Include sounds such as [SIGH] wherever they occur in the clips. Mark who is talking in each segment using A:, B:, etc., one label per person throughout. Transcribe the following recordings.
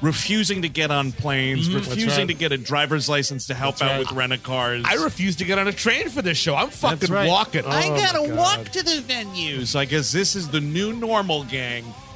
A: refusing to get on planes,
B: Mm-hmm.
A: refusing
C: right.
A: to get a driver's license to help out with rent a cars.
B: I refuse to get on a train for this show. I'm fucking
A: right.
B: walking.
A: I
C: Oh,
A: gotta
C: my God.
A: walk to the venue. So I guess this is the new normal, gang.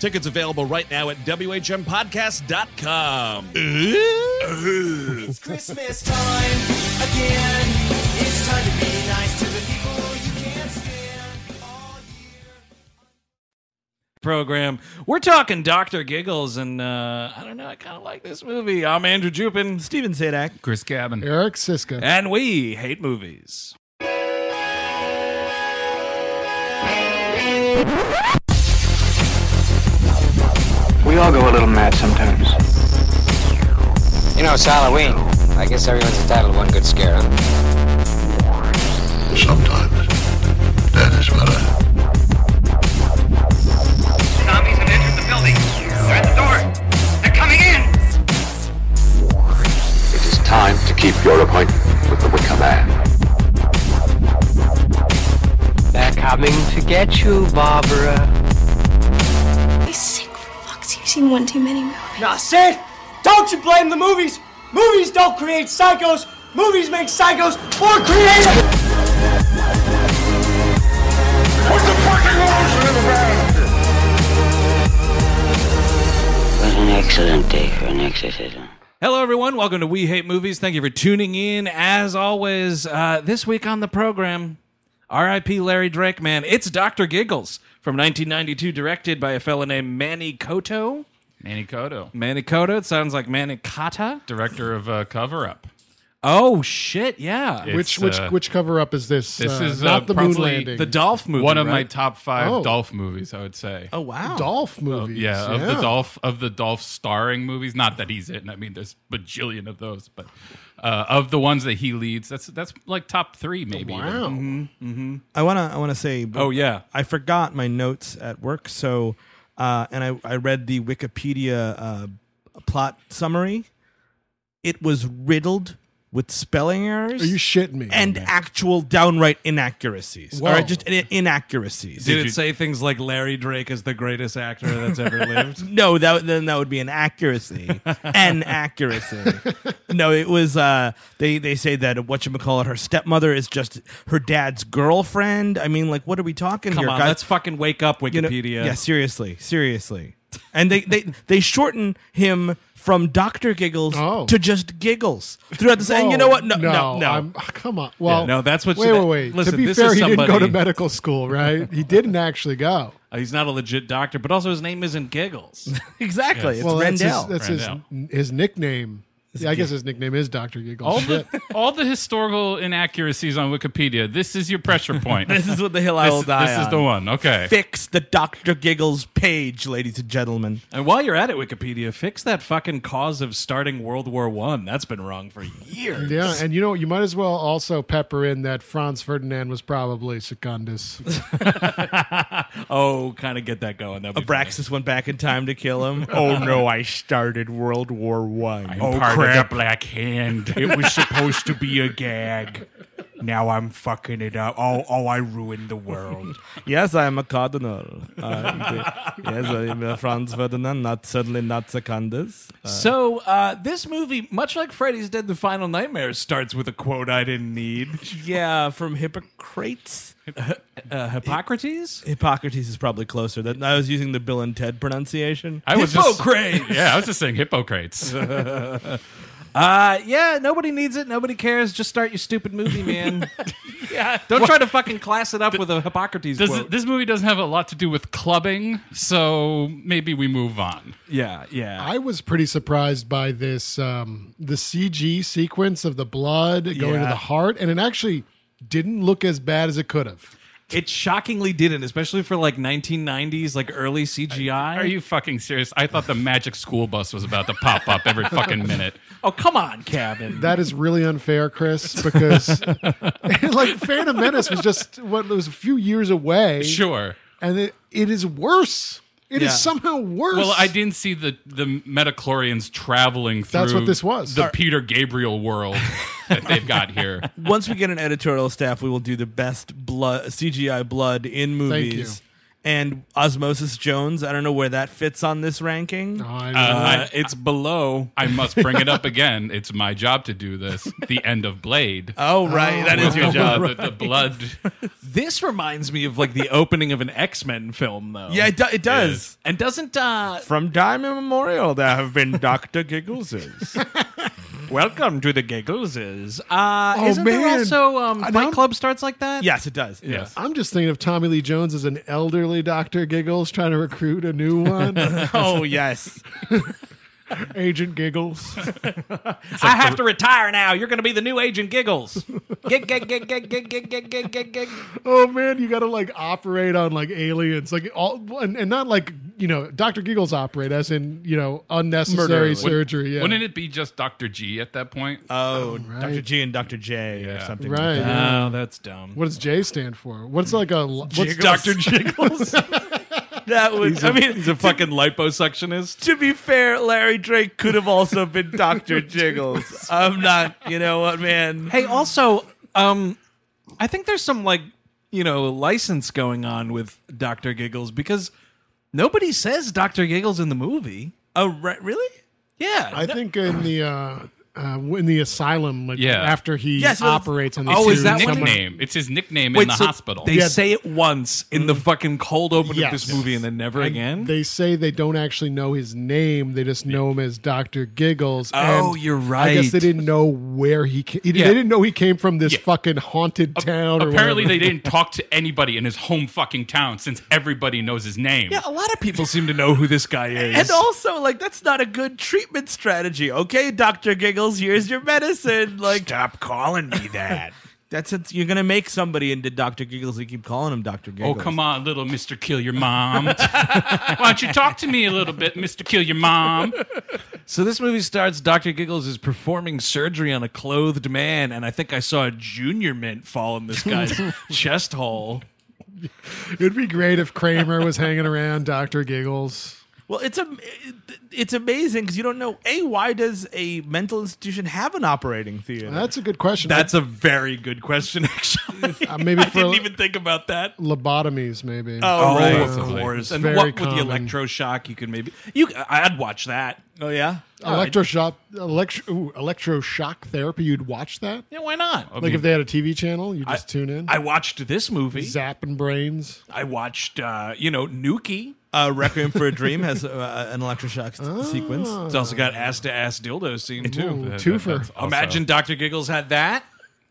A: Tickets available right now at WHMPodcast.com.
D: It's Christmas time again. It's time to be nice to the people you can't stand all year.
E: program. We're talking Dr. Giggles, and uh, I don't know, I kind of like this movie. I'm Andrew Jupin, Steven Sadak, Chris Cabin,
C: Eric Siska.
E: and we hate movies.
F: We all go a little mad sometimes.
G: You know, it's Halloween. I guess everyone's entitled to one good scare, huh?
H: Sometimes that is better.
I: Zombies have entered the building. They're at the door. They're coming in.
H: It is time to keep your appointment with the Wicker Man.
G: They're coming to get you, Barbara.
I: He's sick for fucks. You've seen one too many
D: Now, Sid, don't you blame the movies. Movies don't create psychos. Movies make psychos more creative.
F: was an excellent day for an exorcism.
E: Hello, everyone. Welcome to We Hate Movies. Thank you for tuning in. As always, uh, this week on the program, RIP Larry Drake, man, it's Dr. Giggles from 1992, directed by a fella named Manny Koto.
J: Manny Cotto,
E: Manny Koto, it sounds like Manicata.
J: director of uh, Cover Up.
E: Oh, shit, yeah.
J: It's,
C: Which which
J: uh,
C: which cover up is this?
J: this
C: Uh,
J: is, uh,
C: not the moon
J: probably
C: landing.
E: The Dolph movie.
J: one of my
E: right?
J: top five
C: Oh.
J: Dolph movies? I would say.
B: Oh wow.
C: Dolph movies.
J: yeah, of the Dolph of the Dolph starring movies. Not that he's in. I mean, there's bajillion of those, but uh, of the ones that he leads, that's that's like top three maybe. even. Mm-hmm.
C: Wow.
K: I wanna I wanna say
E: Oh, yeah.
K: I forgot my notes at work, so uh, and I, I read the Wikipedia uh, plot summary. It was riddled with spelling errors.
C: Are you shitting me?
B: Oh,
K: and actual downright inaccuracies.
C: Whoa.
K: All right, just in- inaccuracies.
E: Did,
J: Did
E: it
J: you-
E: say things like Larry Drake is the greatest actor that's ever lived?
K: No, that then that would be an
A: [LAUGHS]
K: accuracy. an accuracy. No, it was uh they they say that what you call it her stepmother is just her dad's girlfriend. I mean, like what are we talking
E: Come
K: here,
E: on,
K: guys?
E: let's fucking wake up,
K: You know-
E: Wikipedia.
K: yeah, seriously. Seriously.
B: and they they they shorten him from Doctor Giggles to just Giggles throughout this. And you know what? No, no, no.
C: I'm- [LAUGHS] come on. Well,
E: no, that's what-
C: Wait,
E: that-
C: wait, wait.
E: listen,
C: to be
E: this
C: fair,
E: is
C: he didn't go
E: somebody-
C: to medical school, right? he didn't actually go.
E: Uh, he's not a legit doctor, but also his name isn't Giggles.
B: exactly. It's
C: well,
B: Rendell.
C: That's his, that's his, his nickname. Yeah, I guess his nickname is Doctor Giggles.
A: All
C: Shit.
A: [LAUGHS] the all the historical inaccuracies on Wikipedia. This is your pressure point.
B: this is what the hill I
A: This-
B: will die
A: This is
B: on.
A: the one. Okay.
B: Fix the Doctor Giggles page, ladies and gentlemen.
E: And while you're at it, Wikipedia, fix that fucking cause of starting World War One. That's been wrong for years.
C: Yeah, and you know you might as well also pepper in that Franz Ferdinand was probably Secundus.
E: oh, kind of get that going. That'd be
B: Abraxas went back in time to kill
E: [LAUGHS]
B: him. oh no, I started World War One.
E: Oh,
L: I'm part of the Black Hand. It was supposed to be a gag. Now I'm fucking it up. Oh, oh, I ruined the world.
B: Yes, I am a cardinal. Uh, [LAUGHS] yes, I'm a Franz Ferdinand. Not certainly not Secundus. Uh,
E: So uh, this movie, much like Freddy's Dead: The Final Nightmare, starts with a quote I didn't need.
B: yeah, from Hippocrates.
E: Uh, Hippocrates.
B: Hippocrates is probably closer. That I was using the Bill and Ted pronunciation.
A: I was
E: Oh, Hippocrates!
A: Just, yeah, I was just saying Hippocrates.
E: uh, yeah, nobody needs it. Nobody cares. Just start your stupid movie,
A: [LAUGHS]
E: man. yeah. Don't try to fucking class it up with a Hippocrates
A: Does
E: quote.
A: it- this movie doesn't have a lot to do with clubbing, so maybe we move on.
E: Yeah, yeah.
C: I was pretty surprised by this um, the CG sequence of the blood going to
E: Yeah.
C: the heart, and it actually didn't look as bad as it could have.
E: It shockingly didn't, especially for like 1990s, like early CGI.
A: Are you fucking serious? I thought the magic school bus was about to pop up every fucking minute.
E: [LAUGHS] Oh come on, Cabin.
C: That is really unfair, Chris, because [LAUGHS] like Phantom Menace was just what it was a few years away.
A: Sure.
C: and it, it is worse. It is
A: Yeah.
C: somehow worse.
A: Well, I didn't see the the Metachlorians traveling through.
C: That's what this was.
A: The
C: Sorry.
A: Peter Gabriel
E: [LAUGHS]
A: world that they've got here.
B: Once we get an editorial staff, we will do the best blood CGI blood in movies. And Osmosis Jones, I don't know where that fits on this ranking.
A: Uh, I-
E: it's below.
A: I must bring it up again. It's my job to do this. The end of
E: [LAUGHS]
A: Blade.
B: Oh, right. That is your job.
A: The, the blood.
E: This reminds me of like the opening of an X Men film, though.
B: Yeah, it, do- it does.
E: And doesn't uh,
B: From time immemorial, there have been Doctor
E: [LAUGHS]
B: Giggleses.
E: Welcome to the Giggleses. Uh,
C: Oh,
E: isn't there
C: man.
E: also um, Fight Club starts like that?
B: yes, it does.
E: Yes.
C: I'm just thinking of Tommy Lee Jones as an elderly Doctor Giggles trying to recruit a new one.
A: [LAUGHS]
E: [LAUGHS]
B: oh yes,
C: Agent Giggles. [LAUGHS]
E: I have to retire now. You're going to be the new Agent Giggles. Gig, gig, gig, gig, gig, gig, gig, gig, gig, gig.
C: Oh man, you got to like operate on like aliens, like all, and, and not like you know Doctor Giggles operate as in you know unnecessary
A: Wouldn't-
C: surgery. yeah.
A: Wouldn't it be just Dr. G at that point?
E: Uh,
B: Oh, Dr. G and Dr. J or something. like
C: Right,
B: that.
C: yeah.
E: Oh, that's dumb.
C: What does J stand for? What's like a what's
E: Dr.
B: [LAUGHS]
E: Jiggles?
B: that
E: He's
B: was.
E: a-
B: I mean,
E: he's a fucking liposuctionist.
B: to be fair, Larry Drake could have also been Dr. Jiggles. I'm not, you know what, man?
E: Hey, also, um, I think there's some like you know license going on with Doctor Giggles because nobody says Doctor Giggles in the movie.
B: Oh, re- really?
E: Yeah,
C: I think in the uh, uh in the asylum, like
A: Yeah.
C: after he
B: Yes, well,
C: operates on the
E: oh, is
C: suit,
E: that what
C: someone-
A: Nickname. It's his nickname in
E: Wait,
A: the
E: so
A: hospital.
E: They
C: Yeah.
E: say it once in the fucking cold open
C: Yes.
E: of this movie and then never again.
C: They say they don't actually know his name; they just know him as Doctor Giggles.
E: Oh,
C: and
E: you're
C: I guess they
E: right.
C: didn't know where he came.
A: Yeah.
C: They didn't know he came from this fucking haunted town. Or
A: Apparently, [LAUGHS]
C: whatever.
A: they didn't talk to anybody in his home fucking town since everybody knows his name.
E: yeah, a lot of people seem to know who this guy is.
B: And also, like, that's not a good treatment strategy. Okay, Dr. Giggles, here's your medicine. Like,
L: Stop calling me that.
B: that's it. You're going to make somebody into Dr. Giggles. You keep calling him Dr.
A: Oh,
B: Giggles.
A: come on, little Mr. Kill Your Mom. [LAUGHS] Why don't you talk to me a little bit, Mr. Kill Your Mom?
E: So this movie starts. Doctor Giggles is performing surgery on a clothed man, and I think I saw a junior mint fall in this
A: [LAUGHS]
E: guy's chest hole.
C: It'd be great if Kramer was hanging around Doctor Giggles.
B: Well, it's a, it's amazing because you don't know a why does a mental institution have an operating theater?
C: That's a good question.
E: That's a very good question, actually.
C: Uh,
B: [LAUGHS]
C: maybe
E: I
C: for-
E: didn't even think about that.
C: lobotomies, maybe.
B: Oh, right.
E: of course. And
C: very
E: what with
C: common.
E: the electroshock, you could maybe you. I'd watch that.
B: oh yeah.
C: electroshock, electro, ooh, electroshock therapy. You'd watch that?
E: Yeah, why not?
C: Like if they had a TV channel, you just tune in.
E: I watched this movie.
C: Zapping brains.
E: I watched, uh, you know, Nuki.
B: Uh, Requiem for a Dream has uh, an electroshock
A: Ah.
B: s- sequence.
E: It's also got ass to ass dildo scene too.
B: Ooh, That- twofer. that- that's also-
E: Imagine Doctor Giggles had that.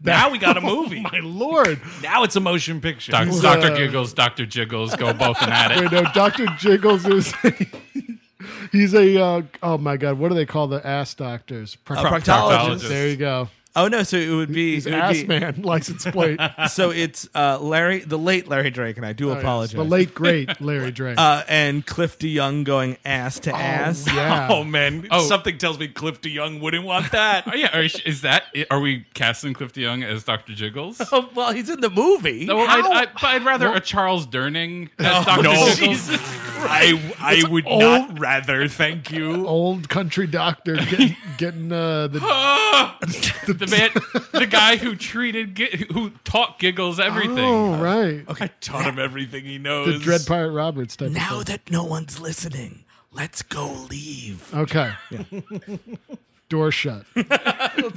E: Now we got a movie.
C: My lord!
E: Now it's a motion picture.
A: Doc-
C: Uh,
A: Dr. Giggles, Dr. Jiggles go both and
E: [LAUGHS]
A: at it.
C: Wait, no, Doctor Jiggles is [LAUGHS] he's a uh, oh my god, what do they call the ass doctors?
B: A proctologist.
C: There you go.
B: Oh no! So it would be
C: He's
B: it would
C: ass
B: be-
C: man, [LAUGHS] license
B: [LAUGHS]
C: plate.
B: so it's uh, Larry, the late Larry Drake, and I do
C: Oh, yes.
B: apologize.
C: The late
B: [LAUGHS]
C: great Larry Drake.
B: uh, and Cliff DeYoung going ass to ass.
E: Oh man,
A: Oh.
E: something tells me Cliff DeYoung wouldn't want that.
B: [LAUGHS]
A: Oh, yeah, are- is that? Are we casting Cliff DeYoung as Dr. Jiggles?
B: [LAUGHS] Oh, well, he's in the movie.
A: No, well, I'd,
B: How?
A: I'd, but I'd rather
B: Well-
A: a Charles Durning
B: Oh,
A: as Dr.
B: no.
A: Jiggles.
B: Jesus
E: I I would
C: old-
E: not rather. Thank you.
C: Old country doctor getting, getting uh,
B: [LAUGHS] Oh.
A: [LAUGHS]
C: the
A: the man, the guy who treated, Gi- who taught Giggles everything.
C: Oh, right.
B: Okay.
E: Taught him everything he
C: the
E: knows.
C: Dread Pirate Roberts type.
B: Now
C: of thing.
B: that no one's listening, let's go leave.
C: okay, door shut,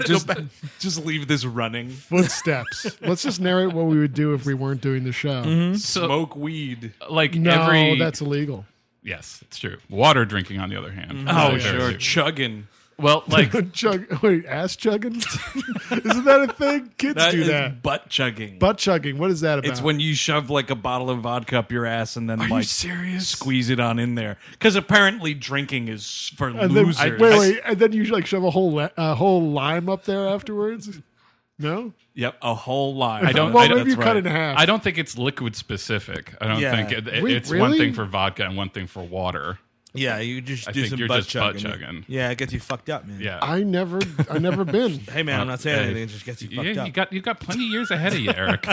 E: just, just leave this running.
C: footsteps. Let's just narrate what we would do if we weren't doing the show.
E: Mm-hmm. Smoke weed.
A: Like
C: No,
A: every.
C: that's illegal. [LAUGHS]
A: yes, it's true. Water drinking, on the other hand.
E: Oh,
A: Very
E: sure.
A: true.
E: Chugging.
A: Well, like
C: Chug- wait, ass chugging? [LAUGHS] Isn't that a thing? Kids
E: That
C: do
E: is
C: that.
E: butt chugging.
C: Butt chugging. What is that about?
E: It's when you shove like a bottle of vodka up your ass and then
C: you
E: like squeeze it on in there. Because apparently drinking is for
C: and then,
E: losers.
C: wait, wait, and then you like shove a whole li- a whole lime up there afterwards. No,
E: Yep, a whole lot.
A: I don't.
C: Well,
A: I don't,
C: maybe you
A: that's
C: cut
A: right.
C: it in half.
A: I don't think it's liquid specific. I don't
B: Yeah.
A: think it,
C: Wait,
A: it's one
C: really?
A: thing for vodka and one thing for water.
B: Yeah, you just
A: I
B: do
A: think
B: some
A: you're
B: butt
A: just butt
B: chugging.
A: chugging.
B: Yeah, it gets you fucked up, man.
A: Yeah.
C: I never, I
E: [LAUGHS]
C: never been.
B: Hey man,
E: Uh,
B: I'm not saying
A: Hey.
B: anything. It just gets you fucked
A: yeah,
B: up.
A: you got you got plenty of years ahead of you, Eric.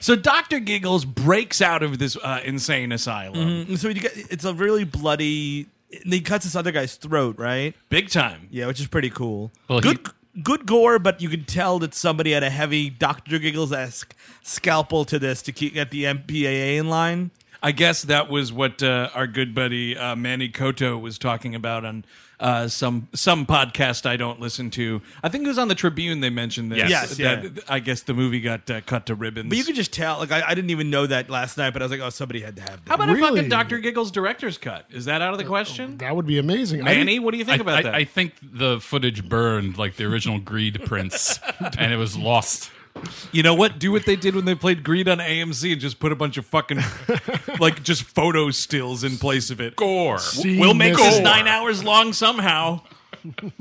E: So Dr. Giggles breaks out of this uh, insane asylum.
B: Mhm. So you get, it's a really bloody. and He cuts this other guy's throat, right?
E: Big time.
B: Yeah, which is pretty cool.
A: Well, he-
B: good, good gore, but you could tell that somebody had a heavy Doctor Giggles esque scalpel to this to keep get the MPAA in line.
E: I guess that was what uh, our good buddy uh, Manny Koto was talking about on uh, some some podcast I don't listen to. I think it was on the Tribune they mentioned this.
B: Yes. Yes,
E: that,
B: yeah.
E: I guess the movie got uh, cut to ribbons.
B: But you could just tell. Like I, I didn't even know that last night, but I was like, oh, somebody had to have. That.
E: How about a
C: Really?
E: fucking Dr. Giggles director's cut? Is that out of the question?
C: That would be amazing. I
E: Manny, what do you think
A: I-
E: about
A: I,
E: that?
A: I think the footage burned like the original Greed [LAUGHS] prints, and it was lost.
E: You know what? Do what they did when they played Greed on AMC and just put a bunch of fucking, like, just photo stills in place of it.
A: Gore.
C: See
E: We'll make this
C: Gore.
E: nine hours long somehow. [LAUGHS]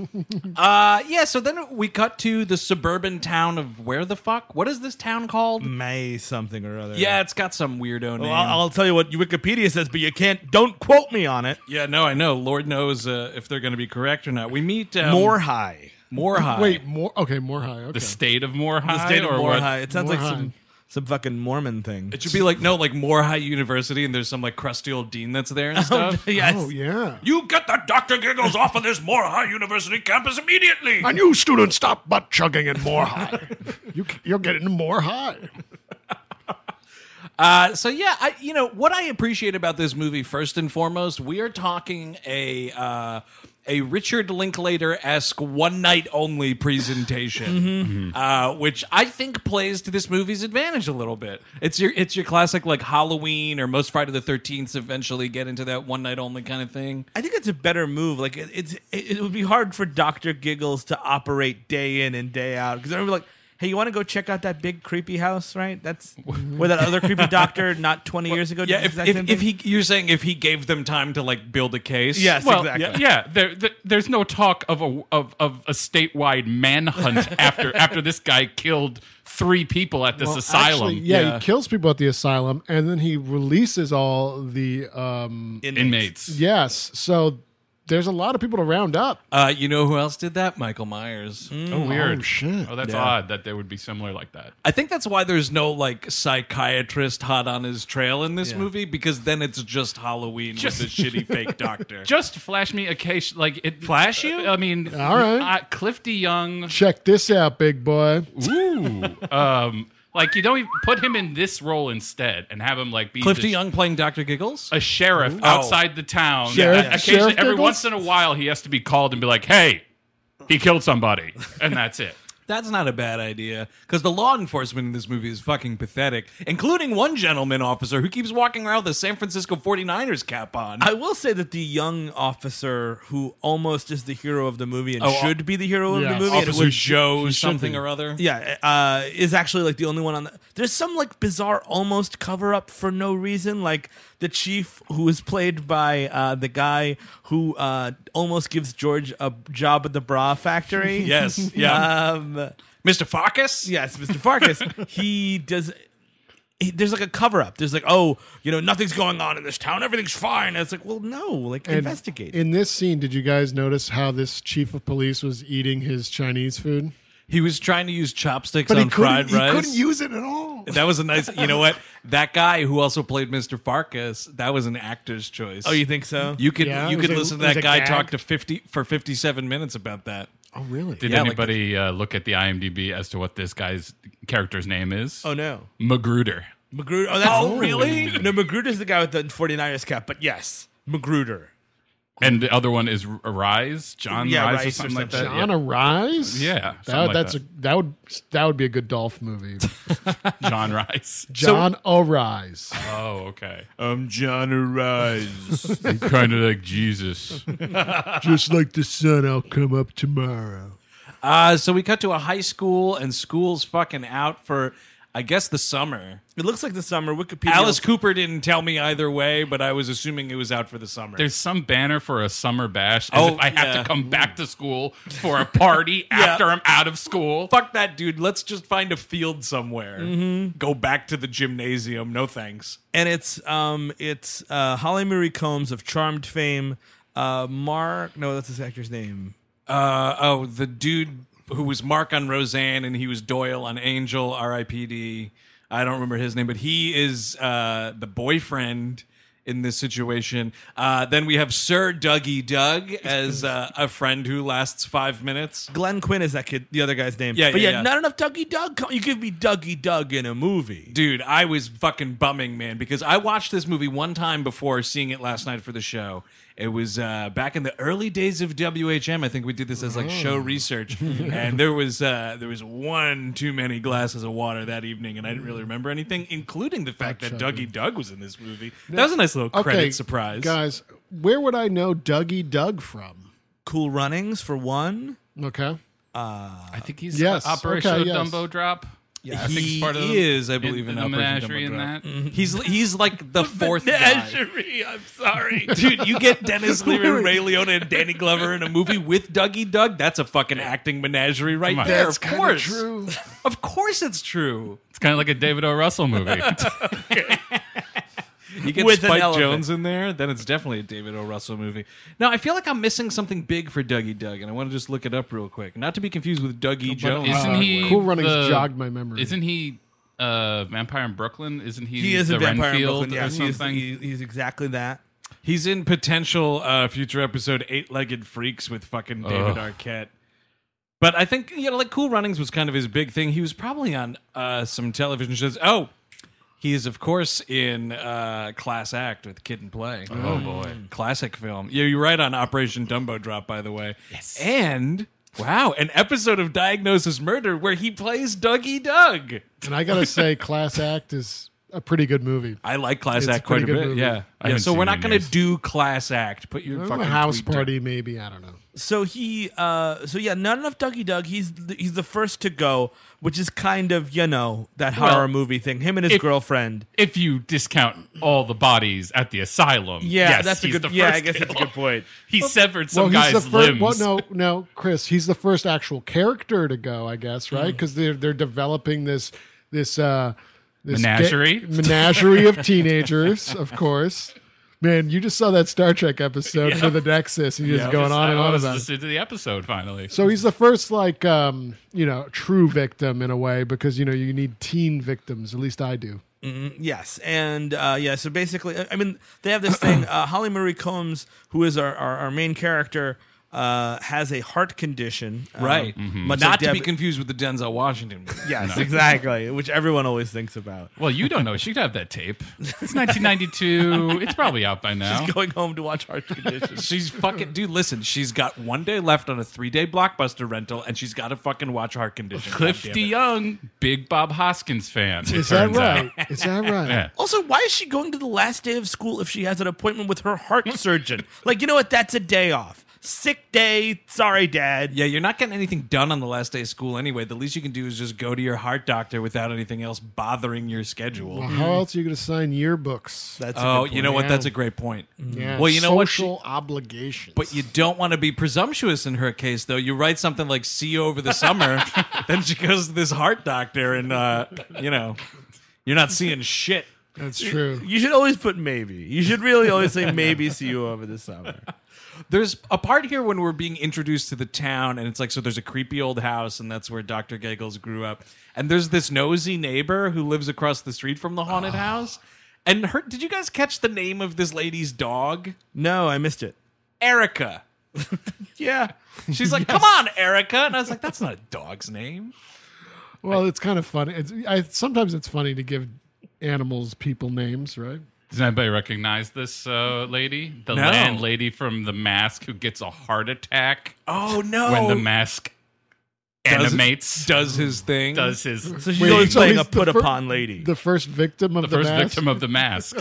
E: uh, yeah, so then we cut to the suburban town of where the fuck? What is this town called?
B: May something or other?
E: Yeah, it's got some weirdo name.
B: Well, I'll, I'll tell you what Wikipedia says, but you can't. Don't quote me on it.
E: yeah, no, I know. Lord knows uh, if they're going to be correct or not. We meet um,
B: More high.
E: Morhai.
C: Wait, more. Okay, more high. Okay.
A: The state of Moorhide,
B: The state of
A: or
B: More
A: what?
B: high. It sounds like
C: More high.
B: some some fucking Mormon thing.
E: It should be like no, like Morhai University, and there's some like crusty old dean that's there [LAUGHS] and stuff.
B: yes.
C: Oh yeah.
E: You get the Dr. Giggles off of this Morhai University campus immediately.
C: And you students stop butt chugging and more high. [LAUGHS] you, you're getting more high.
E: Uh, so yeah, I you know what I appreciate about this movie first and foremost, we are talking a uh, a Richard Linklater esque one night only presentation,
A: Mm-hmm.
E: uh, which I think plays to this movie's advantage a little bit. It's your it's your classic like Halloween or most Friday the Thirteenth eventually get into that one night only kind of thing.
B: I think it's a better move. Like it, it's, it, it would be hard for Doctor Giggles to operate day in and day out because everyone like, hey, you want to go check out that big creepy house, right? That's
A: [LAUGHS]
B: where that other creepy doctor, not twenty years ago. did
E: Yeah,
B: the
E: if,
B: exact same
E: if, if
B: thing?
E: he you're saying if he gave them time to like build a case,
B: yes,
A: Well,
B: exactly.
A: yeah, yeah, there, there, there's no talk of a of, of a statewide manhunt after after this guy killed three people at this
C: Well,
A: asylum.
C: actually, yeah,
E: Yeah.
C: he kills people at the asylum, and then he releases all the. um
A: Inmates.
C: Yes, so there's a lot of people to round up.
B: Um,
E: Uh, you know who else did that? Michael Myers.
A: Oh, weird.
C: Oh, shit.
A: Oh, that's
E: Yeah.
A: odd that they would be similar like that.
E: I think that's why there's no like psychiatrist hot on his trail in this movie because then it's just Halloween
A: Just-
E: with
A: [LAUGHS]
E: a shitty fake doctor.
A: Just flash me a case like it.
E: Flash you?
A: I mean,
C: All right.
A: I, Cliff DeYoung.
C: Check this out, big boy.
A: Ooh. um, like you don't even put him in this role instead and have him like be
E: Cliff
A: this-
E: DeYoung playing Dr. Giggles?
A: a sheriff outside the town.
C: Sheriff-
A: Yeah. Occasionally,
C: Sheriff
A: every
C: Giggles?
A: once in a while, he has to be called and be like, "Hey, he killed somebody," and that's it. That's not a bad idea because the law enforcement in this movie is fucking pathetic, including one gentleman officer who keeps walking around with a San Francisco 49ers cap on.
E: I will say that the young officer who almost is the hero of the movie and
A: Oh,
E: should be the hero
A: yeah.
E: of the movie, and
A: Officer
E: would-
A: Joe
E: he should
A: something
E: be.
A: or other.
E: yeah, uh, is actually like the only one on. The, there's some like bizarre almost cover up for no reason, like the chief who is played by uh, the guy who uh, almost gives George a job at the bra factory.
B: Oh,
A: Yes, yeah.
E: um,
A: Mr. Farkas.
E: Yes, Mr. Farkas. he does. he- There's like a cover up. There's like, oh, you know, nothing's going on in this town. Everything's fine. And it's like, well, no, like
C: And
E: investigate.
C: In this scene, did you guys notice how this chief of police was eating his Chinese food?
A: He was trying to use chopsticks
C: But he
A: on fried
C: couldn't- he
A: rice.
C: couldn't use it at all.
A: That was a nice. You know what? That guy who also played Mr. Farkas, that was an actor's choice.
E: Oh, you think so?
A: You could
E: Yeah,
A: you
E: it
A: could
E: was a-
A: listen to
E: it was
A: that
E: a
A: guy
E: gag.
A: talk to fifty for fifty seven minutes about that.
C: Oh, really?
B: Did anybody uh, look at the IMDb as to what this guy's character's name is?
E: Oh, no.
B: Magruder.
E: Magruder. Oh, that's,
A: Oh, really?
E: No, Magruder's the guy with the 49ers cap. But yes, Magruder.
B: And the other one is R- Rise, John
E: Yeah,
B: Rise, or
E: Rice or
B: something like that.
C: John
B: uh, yeah.
C: Arise?
B: Yeah,
C: That,
B: something like
C: that's
B: that.
C: A, that would that would be a good
B: [LAUGHS]
C: Dolph movie.
B: John Rise.
C: John Arise.
B: oh, okay.
M: I'm John Arise.
A: [LAUGHS]
B: I'm kind of like Jesus.
C: Just like the sun, I'll come up tomorrow.
A: Uh, so we cut to a high school, and school's fucking out for, I guess, the summer.
E: It looks like the summer. Wikipedia.
A: Alice Cooper didn't tell me either way, but I was assuming it was out for the summer.
B: There's some banner for a summer bash. As
A: Oh,
B: if I have
A: yeah.
B: to come back to school for
A: [LAUGHS]
B: a party after I'm out of school.
A: Fuck that, dude. Let's just find a field somewhere.
E: Mhm.
A: Go back to the gymnasium. No thanks.
E: and it's um it's uh Holly Marie Combs of Charmed fame. Uh, Mark. No, that's his actor's name.
A: Uh, oh, the dude who was Mark on Roseanne and he was Doyle on Angel, R.I.P.D. I don't remember his name, but he is uh, the boyfriend in this situation. Uh, then we have Sir Dougie Doug as uh, a friend who lasts five minutes.
E: Glenn Quinn is that kid, the other guy's name.
A: Yeah,
E: but
A: yeah,
E: yeah,
A: yeah.
E: not enough Dougie Doug. Come- You give me Dougie Doug in a movie.
A: Dude, I was fucking bumming, man, because I watched this movie one time before seeing it last night for the show. It was uh, back in the early days of WHM. I think we did this as like show
E: Oh.
A: research, and there was uh, there was one too many glasses of water that evening, and I didn't really remember anything, including the fact that Dougie Doug was in this movie. That was a nice little credit
C: Okay,
A: surprise.
C: Guys, where would I know Dougie Doug from?
E: Cool Runnings for one.
C: Okay.
E: Uh,
B: I think he's
C: Yes,
B: Operation
C: okay, yes.
B: Dumbo Drop.
A: Yeah,
B: I think
A: he
B: it's part of the-
A: is, I believe, in,
B: the
A: Operation
B: menagerie
A: Dumbo
B: in
A: Drop.
B: that.
E: Mm-hmm.
A: He's he's like the
E: [LAUGHS]
A: fourth guy.
E: I'm sorry.
A: Dude, you
B: [LAUGHS]
A: get Dennis Leary, Ray Liotta, and Danny Glover in a movie with Dougie Doug. That's a fucking acting menagerie right
B: Come on.
A: there.
B: That's
A: of
B: kinda
A: course,
B: true.
A: Of course, it's true.
B: It's kind of like a David O. Russell [LAUGHS] movie.
A: You get
B: With an
A: Spike
B: elephant.
A: Jones in there, then it's definitely a David O. Russell movie. Now, I feel like I'm missing something big for Dougie Doug, and I want to just look it up real quick, not to be confused with Dougie Jones.
B: Isn't he
C: Cool Runnings
B: the-
C: jogged my memory.
B: Isn't he uh, Vampire in Brooklyn? Isn't he?
E: He is
B: the
E: a vampire. in
B: Renfield
E: Brooklyn. Yeah,
B: or
E: he is-
B: something.
E: he- he's exactly that.
A: He's in potential uh, future episode Eight Legged Freaks with fucking David
E: Ugh.
A: Arquette. But I think you know, like Cool Runnings was kind of his big thing. He was probably on uh, some television shows. Oh, he is of course in uh, Class Act with Kid and Play. Mm.
B: Oh, boy.
A: classic film. Yeah, you're right on Operation Dumbo Drop, by the way. Yes, and wow, an episode of Diagnosis Murder where he plays Dougie Doug.
C: And I gotta say, Class Act is a pretty good movie.
A: I like Class
C: It's a
A: Act quite a
C: pretty good
A: bit.
C: movie.
A: Yeah,
C: I
A: yeah.
C: haven't
A: So
C: seen
A: we're
C: it
A: not
C: in
A: going
C: years.
A: to do Class Act. Put your
C: Well,
A: fucking
C: a house
A: tweet down.
C: party, maybe. I don't know.
E: So he, uh, so yeah, not enough Dougie Doug. He's th- he's the first to go, which is kind of you know that
B: Well,
E: horror movie thing. Him and his
B: if-
E: girlfriend.
B: If you discount all the bodies at the asylum,
E: Yeah,
B: yes,
E: that's a
B: he's
E: good.
B: The
E: Yeah,
B: first
E: I guess that's a
A: [LAUGHS]
B: kill.
E: good point.
B: He severed some guy's
C: he's the
B: limbs.
C: first. Well, no, no, Chris. He's the first actual character to go, I guess, right? Because they're they're developing this this uh this ga-
B: Menagerie?
C: [LAUGHS] menagerie of teenagers, of course. Man, you just saw that Star Trek episode for the Nexus, and you're just
B: Yeah.
C: going on
B: I
C: and on
B: was
C: about it.
B: listening to the episode finally.
C: So he's the first, like, um, you know, true victim in a way because you know you need teen victims. At least I do.
E: Mm, yes, and uh, yeah. So basically, I- I mean, they have this thing. Uh, Holly Marie Combs, who is our our, our main character,
B: uh, has a heart condition. um,
E: Right.
B: much
E: Not
B: like
E: to be
B: Deb-
E: confused with the Denzel Washington. movie.
B: Yes,
E: No.
B: exactly. Which everyone always thinks about.
A: Well, you don't know. She could have that tape. It's
E: [LAUGHS]
A: 1992. it's probably out by now.
B: She's going home to watch Heart Condition.
E: she's fucking dude. Listen, she's got one day left on a three-day blockbuster rental, and she's got to fucking watch Heart Condition.
A: Cliff
E: goddamn it.
A: DeYoung, big Bob Hoskins fan. it
E: Is that
A: turns out.
E: right? Is that right?
A: Yeah.
B: [LAUGHS] Also, why is she going to the last day of school if she has an appointment with
A: [LAUGHS]
B: her heart surgeon? Like, you know what? That's a day off. Sick day. Sorry, Dad.
E: Yeah, you're not getting anything done on the last day of school anyway. The least you can do is just go to your heart doctor without anything else bothering your schedule.
C: Well, how else are you going to sign yearbooks?
B: That's
E: oh, you know what? That's a great point.
C: Yeah.
E: Well, you know what? She-
C: Social obligation.
E: but you don't want to be presumptuous in her case, though. You write something like "see you over the summer," then she goes to this heart doctor, and uh, you know, you're not seeing shit.
C: That's
B: true. You should always put maybe. You should really always say maybe see you over the summer.
E: There's a part here when we're being introduced to the town, and it's like, so there's a creepy old house, and that's where Dr. Giggles grew up. And there's this nosy neighbor who lives across the street from the
A: Ah.
E: haunted house. And her, did you guys catch the name of this lady's dog?
B: No, I missed
E: [LAUGHS]
B: it.
A: [LAUGHS]
E: Erica.
B: yeah.
E: She's like, come on, Erica. And I was like, that's not a dog's name.
C: Well, it's kind of funny. It's, I, sometimes it's funny to give animals people names, right?
A: Does anybody recognize this uh, lady? The
C: No.
A: landlady from The Mask who gets a heart attack.
E: Oh, no.
A: When The Mask
E: Does-
A: animates,
E: does his thing,
A: does his.
B: So she's
A: thing.
B: always playing a put
C: fir-
B: upon lady.
C: The first victim of
A: the
C: the,
A: first
C: mask?
A: victim of The Mask.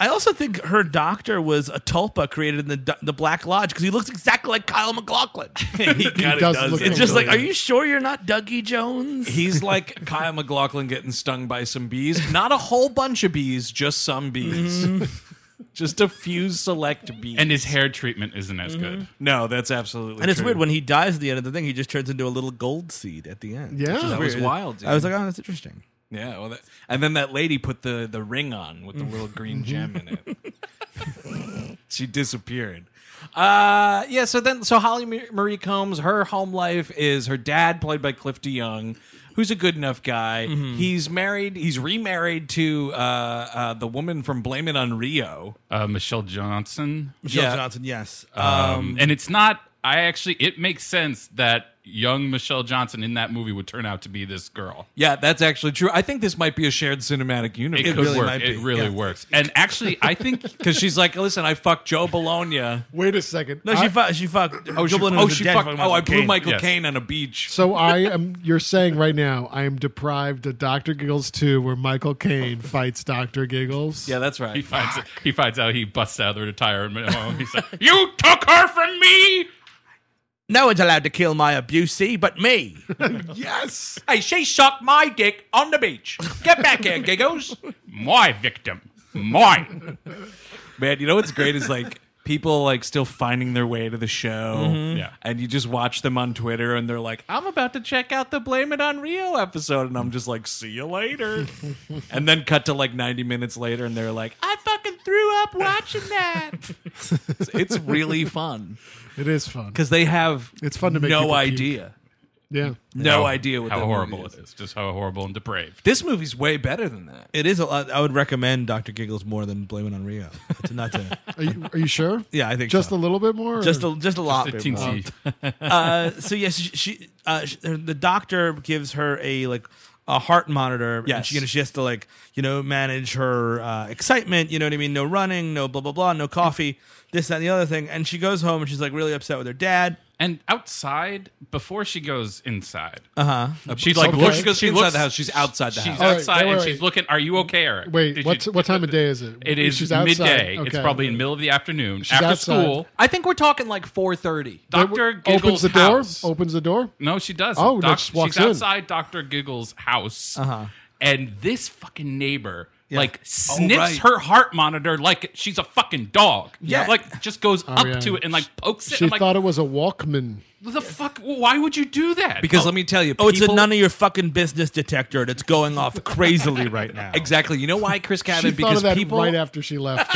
B: I also think her doctor was a tulpa created in the Do- the Black Lodge because he looks exactly like Kyle McLaughlin. he
E: kinda does does look
B: It's
E: like
B: just like,
E: him.
B: are you sure you're not Dougie Jones? [LAUGHS]
E: He's like Kyle McLaughlin getting stung by some bees. Not a whole bunch of bees, just some bees. [LAUGHS] just a few select bees. Mm-hmm.
A: And his hair treatment isn't as good.
E: No, that's absolutely
B: and it's
E: true.
B: weird when he dies at the end of the thing, he just turns into a little gold seed at the end.
E: Yeah.
B: which is
E: That was
B: weird.
E: wild, dude.
B: I was like, oh, that's interesting.
E: Yeah, well, that, and then that lady put the the ring on with the little
B: Mm-hmm.
E: green gem in it.
B: [LAUGHS]
E: she disappeared. Uh, yeah. So then, so Holly Ma- Marie Combs, her home life is her dad, played by Cliff DeYoung, who's a good enough guy.
B: Mhm.
E: He's married. He's remarried to uh, uh, the woman from Blame It on Rio,
A: uh, Michelle Johnson.
B: Michelle Johnson, yes.
A: Um, and it's not. I actually, it makes sense that young Michelle Johnson in that movie would turn out to be this girl.
E: Yeah, that's actually true. I think this might be a shared cinematic universe.
A: It, could work. It really works. And actually, I
E: [LAUGHS]
A: think
E: because she's like, listen, I fucked Joe Bologna.
C: Wait a second.
B: No, she
C: I-
B: fucked. She fucked.
E: Oh, she,
B: Joe Biden
E: oh,
B: was
E: she
B: dead
E: fucked.
B: fucking
E: Oh, I blew Michael
B: Yes.
E: Caine on a beach.
C: So I am. You're saying right now I am deprived of Doctor Giggles two, where Michael Caine fights Doctor Giggles.
E: Yeah, that's right.
A: He finds he finds out he busts out of the retirement
E: [LAUGHS]
A: home. He's like, "You took her from me."
B: No one's allowed to kill my abusee but me.
C: yes.
E: Hey, she sucked my dick on the beach. Get back here, Giggles.
A: My victim. Mine.
E: Man, you know what's great is like people like still finding their way to the show.
A: Mhm. Yeah.
E: And you just watch them on Twitter and they're like, I'm about to check out the Blame It on Rio episode. And I'm just like, see you later. and then cut to like 90 minutes later and they're like, I fucking threw up watching that. it's, it's really fun.
C: It is fun
E: because they have
C: it's fun to make
E: no
C: people puke.
E: idea.
C: Yeah.
E: No
A: How-
E: idea what
A: how
E: that
A: horrible
E: movie
A: it is. Just how horrible and depraved.
E: This movie's way better than that.
B: It is a lot. I would recommend Dr. Giggles more than Blame It on Rio. It's not
E: [LAUGHS]
B: to.
C: Are you, are you sure?
B: [LAUGHS] Yeah, I think
C: just
B: so.
C: a little bit more.
B: Just
C: or-
B: a just a lot. bit more. uh, so yes, she, she, uh, sh the doctor gives her a like a heart monitor. and
E: Yes.
B: she, you know, she has to like you know manage her uh, excitement. You know what I mean? No running, no blah blah blah, no coffee, this that and the other thing. And she goes home and she's like really upset with her dad.
A: And outside, before she goes inside,
B: Uh huh.
A: she like
E: Before
A: looks.
E: she goes
A: she
E: Uh-huh. inside
A: looks-
E: the house, she's outside the
A: she's
E: house.
C: All right,
A: outside
C: don't
A: and
C: worry.
A: she's looking. Are you okay, Eric?
C: Wait,
A: Did
C: what's, what time of day is it?
A: It is
C: She's outside.
A: midday. It's
C: Okay.
A: probably in the middle of the afternoon
C: She's
A: after
C: outside.
A: school.
E: I think we're talking like 4:30.
A: Doctor
C: opens
A: Giggles
C: the door.
A: house.
C: Opens the door.
A: No, she does.
C: Oh,
A: Doc-
C: no, she walks
A: she's
C: in.
A: outside Doctor Giggle's house,
C: Uh-huh.
A: and this fucking neighbor
C: Yeah.
A: like
C: Oh,
A: snips
C: right.
A: her heart monitor like she's a fucking dog.
C: Yeah.
A: like just goes
C: Oh,
A: up
C: yeah.
A: to it and like pokes it.
C: She
A: I'm like,
C: thought it was a Walkman.
A: what the fuck? Why would you do that?
E: Because let me tell you,
B: Oh, it's a
E: people-
B: none of your fucking business detector, and it's going off crazily right now.
E: Exactly. You know why, Chris
C: She
E: Cabin?
C: thought of
E: Because
C: that
E: people
C: right after she left.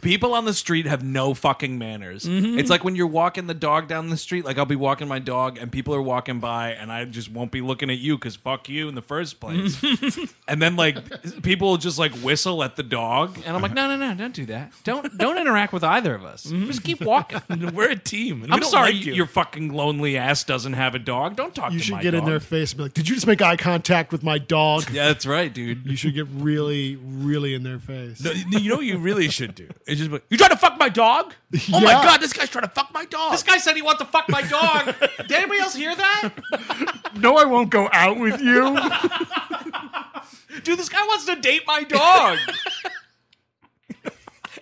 A: People on the street have no fucking manners.
B: Mhm.
A: It's like when you're walking the dog down the street. Like I'll be walking my dog, and people are walking by, and I just won't be looking at you because fuck you in the first
B: [LAUGHS]
A: place. and then like people will just like whistle at the dog, and I'm like, no, no, no, don't do that. Don't don't interact with either of us. Just keep walking.
B: Mm-hmm. [LAUGHS] We're a team. and we
A: I'm
B: don't
A: sorry,
B: like you.
A: your fucking lonely ass doesn't have a dog. Don't talk.
C: You
A: to
C: should
A: Oh my
C: get in
A: dog.
C: their face and be like, "Did you just make eye contact with my dog?"
A: Yeah, that's right, dude.
C: You should get really, really in their face.
B: No, you you know what you really should do? It's just like, you trying to fuck my dog? Oh my
C: Yeah.
B: god, this guy's trying to fuck my dog.
A: This guy said he wants to fuck my
B: [LAUGHS]
A: dog. Did anybody else hear that?
N: No, I won't go out with you.
A: Dude, this guy wants to date my dog.
B: [LAUGHS]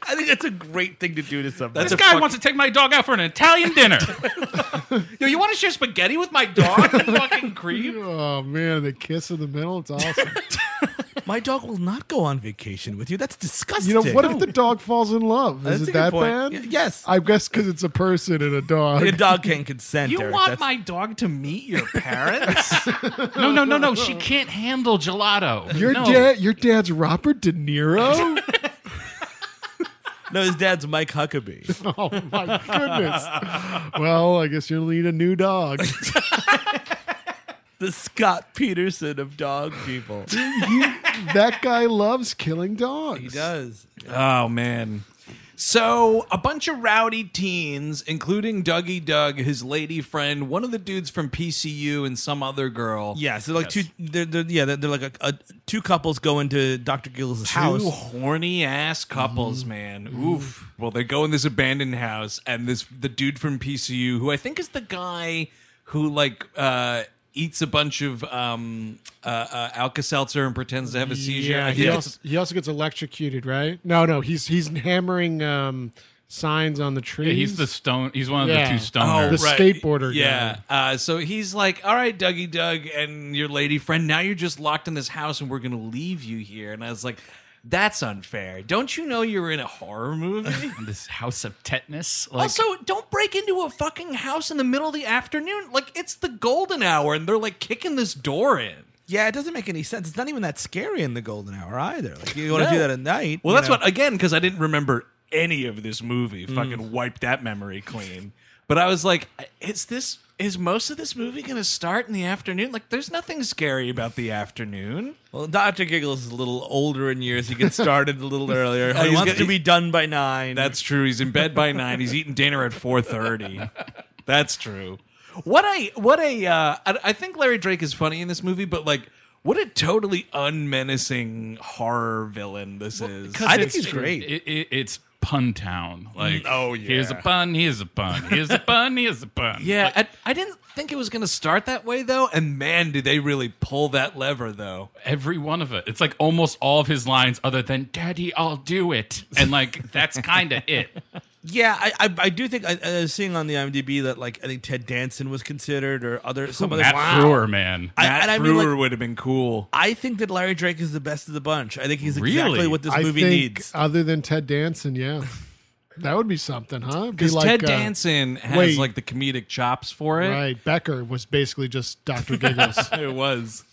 B: I think that's a great thing to do to somebody.
I: this guy wants to take my dog out for an Italian dinner.
A: [LAUGHS] Yo, you want to share spaghetti with my dog?
B: [LAUGHS]
A: fucking creep.
C: [LAUGHS] Oh man, the kiss in the middle. It's awesome.
B: My dog will not go on vacation with you. That's disgusting.
C: you know, what if the dog falls in love?
B: That's
C: Is
B: a good
C: it that
B: point.
C: bad?
B: Y- yes.
C: I guess because it's a person and a dog.
B: Your dog can't consent.
I: You
B: Eric.
I: want
B: That's-
A: my dog to meet your parents?
I: no, no, no, no. She can't handle gelato.
C: Your
I: no.
C: dad, your dad's Robert De Niro.
B: [LAUGHS] No, his dad's Mike Huckabee.
I: [LAUGHS]
C: oh my goodness. Well, I guess you'll need a new dog.
B: the Scott Peterson of dog [LAUGHS] people.
C: that guy loves killing dogs.
B: he does.
A: Oh man. So a bunch of rowdy teens, including Dougie Doug, his lady friend, one of the dudes from PCU, and some other girl.
B: Yeah, so like two, they're, they're, yeah, they're, they're like a, a, two couples go into Dr. Gill's house.
A: Two [LAUGHS] horny ass
C: Mm-hmm.
A: couples, man. Oof. Well, they go in this abandoned house, and this the dude from PCU, who I think is the guy who like uh, eats a bunch of um, uh, uh, Alka Seltzer and pretends to have a seizure.
C: Yeah,
A: I
C: he
A: think
C: also, he also gets electrocuted, right? No, no, he's he's hammering um, signs on the trees.
I: Yeah, he's the stone. He's one of
C: Yeah.
I: the two stoners.
C: the skateboarder.
A: Yeah.
C: guy.
A: Uh, so he's like, "All right, Dougie Doug and your lady friend, now you're just locked in this house, and we're gonna leave you here." And I was like, "That's unfair. Don't you know you're in a horror
C: [LAUGHS]
A: movie?"
I: This house of tetanus.
B: Oh,
I: Like,
A: also, don't break into a fucking house in the middle of the afternoon. Like it's the golden hour, and they're like kicking this door in.
B: Yeah, it doesn't make any sense. It's not even that scary in the golden hour either. Like you want to
A: No.
B: do that at night.
A: Well,
B: you
A: that's
B: know? Mm.
A: what again because I didn't remember any of this movie. Fucking wipe that memory clean. But I was like, is this is most of this movie going to start in the afternoon? Like, there's nothing scary about the afternoon.
B: Well, Doctor Giggles is a little older in years. He gets started a little
A: [LAUGHS]
B: earlier. he
A: he's
B: wants
A: got-
B: to be done by nine.
A: That's true. He's in bed by nine. He's eating dinner at four thirty. That's true. What a what a uh, I, I think Larry Drake is funny in this movie, but like what a totally unmenacing horror villain this is.
B: I think he's great.
I: It, it, it's pun town. Like,
A: oh,
I: Here's a
A: yeah.
I: pun. Here's a pun. Here's a pun. Here's a pun.
A: Yeah, I, I didn't think it was going to start that way though, and man, do they really pull that lever though.
I: Every one of it. It's like almost all of his lines, other than "Daddy, I'll do it," and like that's kind of
C: [LAUGHS]
I: it.
B: yeah, I, I I do think I, I was seeing on the IMDb that like I think Ted Danson was considered or other some other
I: Matt Frewer, man.
B: I-
A: Matt
B: and I mean,
A: Brewer
B: like-
A: would have been cool.
B: I think that Larry Drake is the best of the bunch. I think he's exactly
I: Really?
B: what this
C: I
B: movie
C: think
B: needs.
C: Other than Ted Danson, yeah, [LAUGHS] that would be something, huh? Be
A: Because
C: like,
A: Ted
C: uh,
A: Danson has
C: wait.
A: like the comedic chops for it.
C: Right, Becker was basically just Doctor Giggles.
A: It was.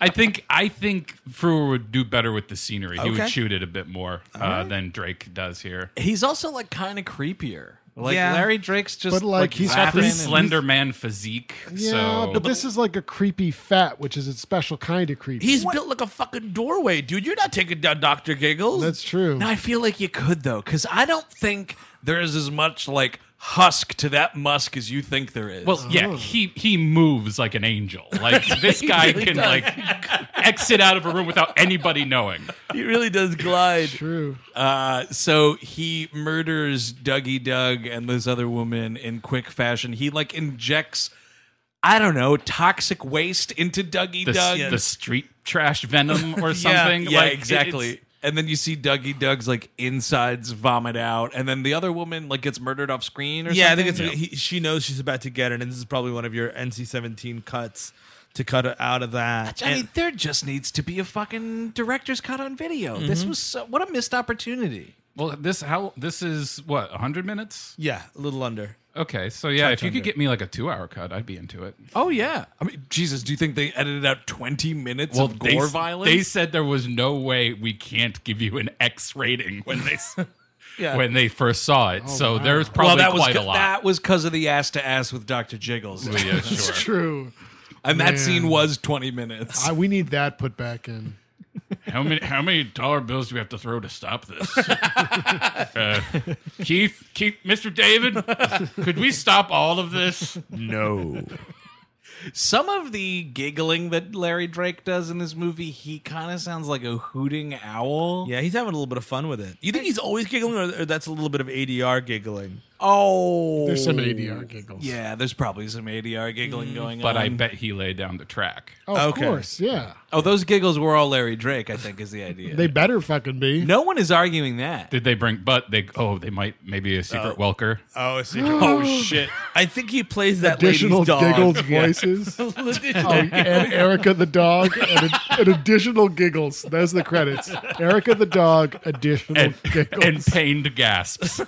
I: I think I think Frewer would do better with the scenery. He
B: Okay.
I: would shoot it a bit more uh, than Drake does here.
A: He's also like kind of creepier. Like
B: Yeah.
A: Larry Drake's just
C: But, like, he's got
I: Got
A: laughing
I: the
C: Creepy.
A: and-
I: Slender Man physique.
C: yeah,
I: so
C: but this is like a creepy fat, which is a special kind of creepy.
B: He's built like a fucking doorway, dude. You're not taking down Doctor Giggles.
C: That's true.
A: Now I feel like you could though, because I don't think there is as much like husk to that musk as you think there is.
I: Well, yeah, he he moves like an angel. Like this guy can like exit out of a room without anybody knowing.
B: [LAUGHS] he really does glide.
C: true.
A: uh, so he murders Dougie Doug and this other woman in quick fashion. He like injects. I don't know, toxic waste into Dougie
I: The,
A: Doug.
I: the street trash venom or
A: Yeah,
I: something.
A: Yeah,
I: like,
A: exactly.
I: it's-
A: And then you see Dougie Doug's like insides vomit out, and then the other woman like gets murdered off screen or
B: yeah,
A: something.
B: I think it's he, she knows she's about to get it, and this is probably one of your NC-17 cuts to cut it out of that.
A: I
B: And-
A: mean, there just needs to be a fucking director's cut on video. This was so, what a missed opportunity.
I: Mm-hmm. well, this how this is what hundred minutes.
B: yeah, a little under.
I: Okay, so yeah, if you could get me like a two-hour cut, I'd be into it.
A: Oh yeah, I mean, Jesus, do you think they edited out twenty minutes of
I: they,
A: gore
I: s-
A: violence?
B: [LAUGHS]
I: They said there was no way we can't give you an X rating when they s-
A: Yeah.
I: when they first saw it.
A: Oh,
I: so
A: wow.
I: there's probably
A: well, that
I: quite
A: was,
I: a lot.
A: That was because of the ass to ass with Dr. Jiggles.
I: Well, yeah, That's sure.
C: true.
A: And
C: Man.
A: that scene was 20 minutes.
C: I, we need that put back in.
B: [LAUGHS]
I: How many how many dollar bills do we have to throw to stop this? uh, Keith, Keith, Mr. David, could we stop all of this?
O: No.
A: Some of the giggling that Larry Drake does in this movie, he kind of sounds like a hooting owl.
B: Yeah, he's having a little bit of fun with it. You think he's always giggling, or, or that's a little bit of ADR giggling?
A: Oh.
C: There's some ADR giggles.
A: Yeah, there's probably some ADR giggling going on.
I: Mm, But I bet he laid down the track.
C: Oh, of course, yeah.
A: Oh, those giggles were all Larry Drake, I think, is the idea.
C: They better fucking be.
A: No one is arguing that.
I: Did they bring? But they oh they might maybe a secret Welker.
B: Oh,
I: [GASPS]
B: it's oh shit! I think he plays [LAUGHS] that
C: Additional
B: lady's dog.
C: giggled
B: Yeah.
C: voices.
I: [LAUGHS]
B: oh,
C: Oh, and Erica the dog, and, ad- and additional giggles. There's the credits. Erica the dog, additional
I: And,
C: giggles.
I: and pained gasps.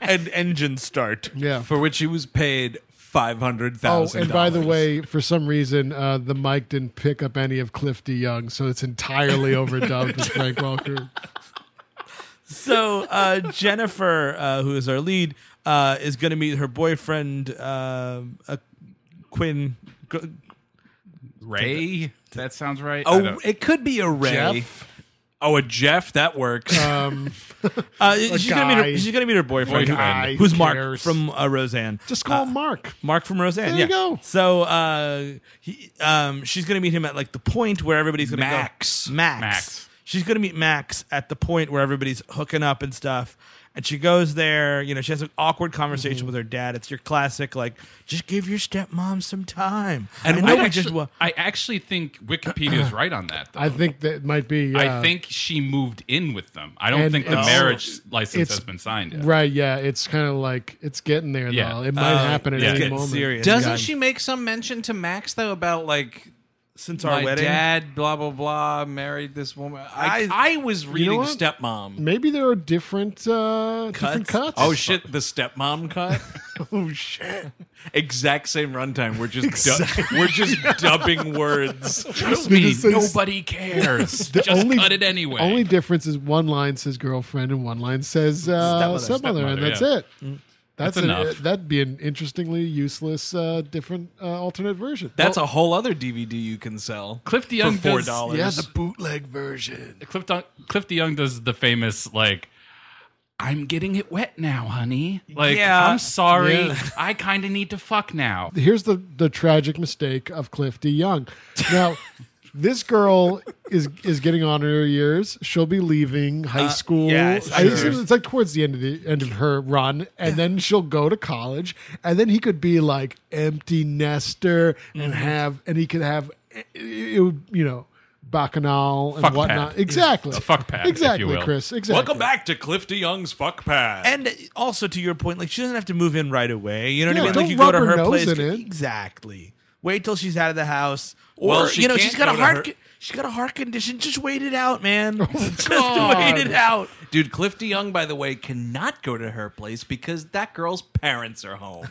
B: and engine start.
C: Yeah.
A: For which he was paid
C: Oh,
A: $500,000.
C: and by the way, for some reason, uh, the mic didn't pick up any of Cliff DeYoung, so it's
I: [LAUGHS]
C: entirely overdubbed with Frank Welker.
B: So uh, Jennifer, uh, who is our lead, uh, is going to meet her boyfriend uh, uh, Quinn. G-
I: Ray? That sounds right. I
A: Oh,
I: don't-
A: it could be a Ray.
I: Jeff?
A: Oh, a Jeff? That works.
C: Um,
B: [LAUGHS] Uh, she's gonna meet her. She's gonna meet her boyfriend, who-
C: Boyfriend.
B: who's
C: Who
B: Mark
C: cares?
B: from uh, Roseanne.
C: Just call him Mark.
B: Mark from Roseanne.
C: There you
B: yeah.
C: go.
B: So uh, he, um, she's gonna meet him at like the point where everybody's gonna
A: Max.
B: go. Max.
I: Max.
B: She's gonna meet Max at the point where everybody's hooking up and stuff. And she goes there. You know, she has an awkward conversation
C: Mm-hmm.
B: with her dad. It's your classic, like, just give your stepmom some time.
I: And
B: I
I: I,
B: know we
I: actually,
B: just wa-
I: I actually think Wikipedia's right on that. Though.
C: I think that might be.
I: I
C: uh,
I: think she moved in with them. I don't
C: And
I: think the
C: it's-
I: marriage license
C: it's-
I: has been signed yet.
C: Right, yeah, it's kind of like it's getting there.
I: Yeah.
C: though. it might
I: Oh,
C: happen at
I: yeah.
C: any
I: Getting
C: moment.
B: serious.
A: Doesn't
B: God.
A: she make some mention to Max though about like
B: since our
A: my
B: wedding.
A: dad, blah blah blah, married this woman? I I, was
C: You know
A: reading
C: what?
A: stepmom.
C: Maybe there are different uh, different cuts.
A: Oh shit, the stepmom cut.
C: [LAUGHS] Oh shit!
A: exact same runtime. We're just
C: Exact-
A: du- we're just dubbing words.
I: [LAUGHS] Trust
C: You're
I: me,
C: just saying-
I: nobody cares.
C: The
I: Just cut it anyway.
C: Only difference is one line says girlfriend and one line says uh, stepmother,
B: Stepmother,
C: Mm. and
I: stepmother,
C: that's
I: yeah.
C: it. That's,
I: That's
C: an-
I: enough.
C: that'd be an interestingly useless, uh, different uh, alternate version.
A: That's a whole other DVD you can sell.
I: Cliff DeYoung
A: for four
I: does-
A: dollars.
C: yeah, the bootleg version.
I: Cliff, Dun- Cliff DeYoung does the famous like, "I'm getting it wet now, honey." Like,
A: Yeah. [LAUGHS]
I: I'm sorry,
C: Yeah.
I: I kind of need to fuck now.
C: Here's the the tragic mistake of Cliff D. Young.
I: [LAUGHS]
C: Now, this girl is is getting on in her years. She'll be leaving
I: Uh,
C: high school.
B: yes,
C: I- it's,
B: sure.
C: it's like towards the end of the end of her run, and then she'll go to college, and then he could be like empty nester
I: Mm-hmm.
C: and have, and he could have, it, it would you know. Bacchanal and
I: Fuck
C: whatnot.
I: pad.
C: Exactly.
I: A fuck pad, if you
C: Exactly,
I: will.
C: Chris. Exactly.
A: Welcome back to Cliff DeYoung's Fuck Pad.
B: And also to your point, like she doesn't have to move in right away. You know
C: Yeah,
B: what I mean?
C: don't
B: Like you go to
C: rub her
B: her
C: nose
B: place.
C: in it.
B: Exactly. Wait till she's out of the house. Or
A: Well, she
B: you know,
A: can't
B: she's got
A: go
B: a
A: to her-
B: heart con- she's got a heart condition. Just wait it out,
C: [LAUGHS]
B: man.
C: Oh,
B: Just wait it out.
A: Dude, Cliff DeYoung, by the way, cannot go to her place because that girl's parents are home.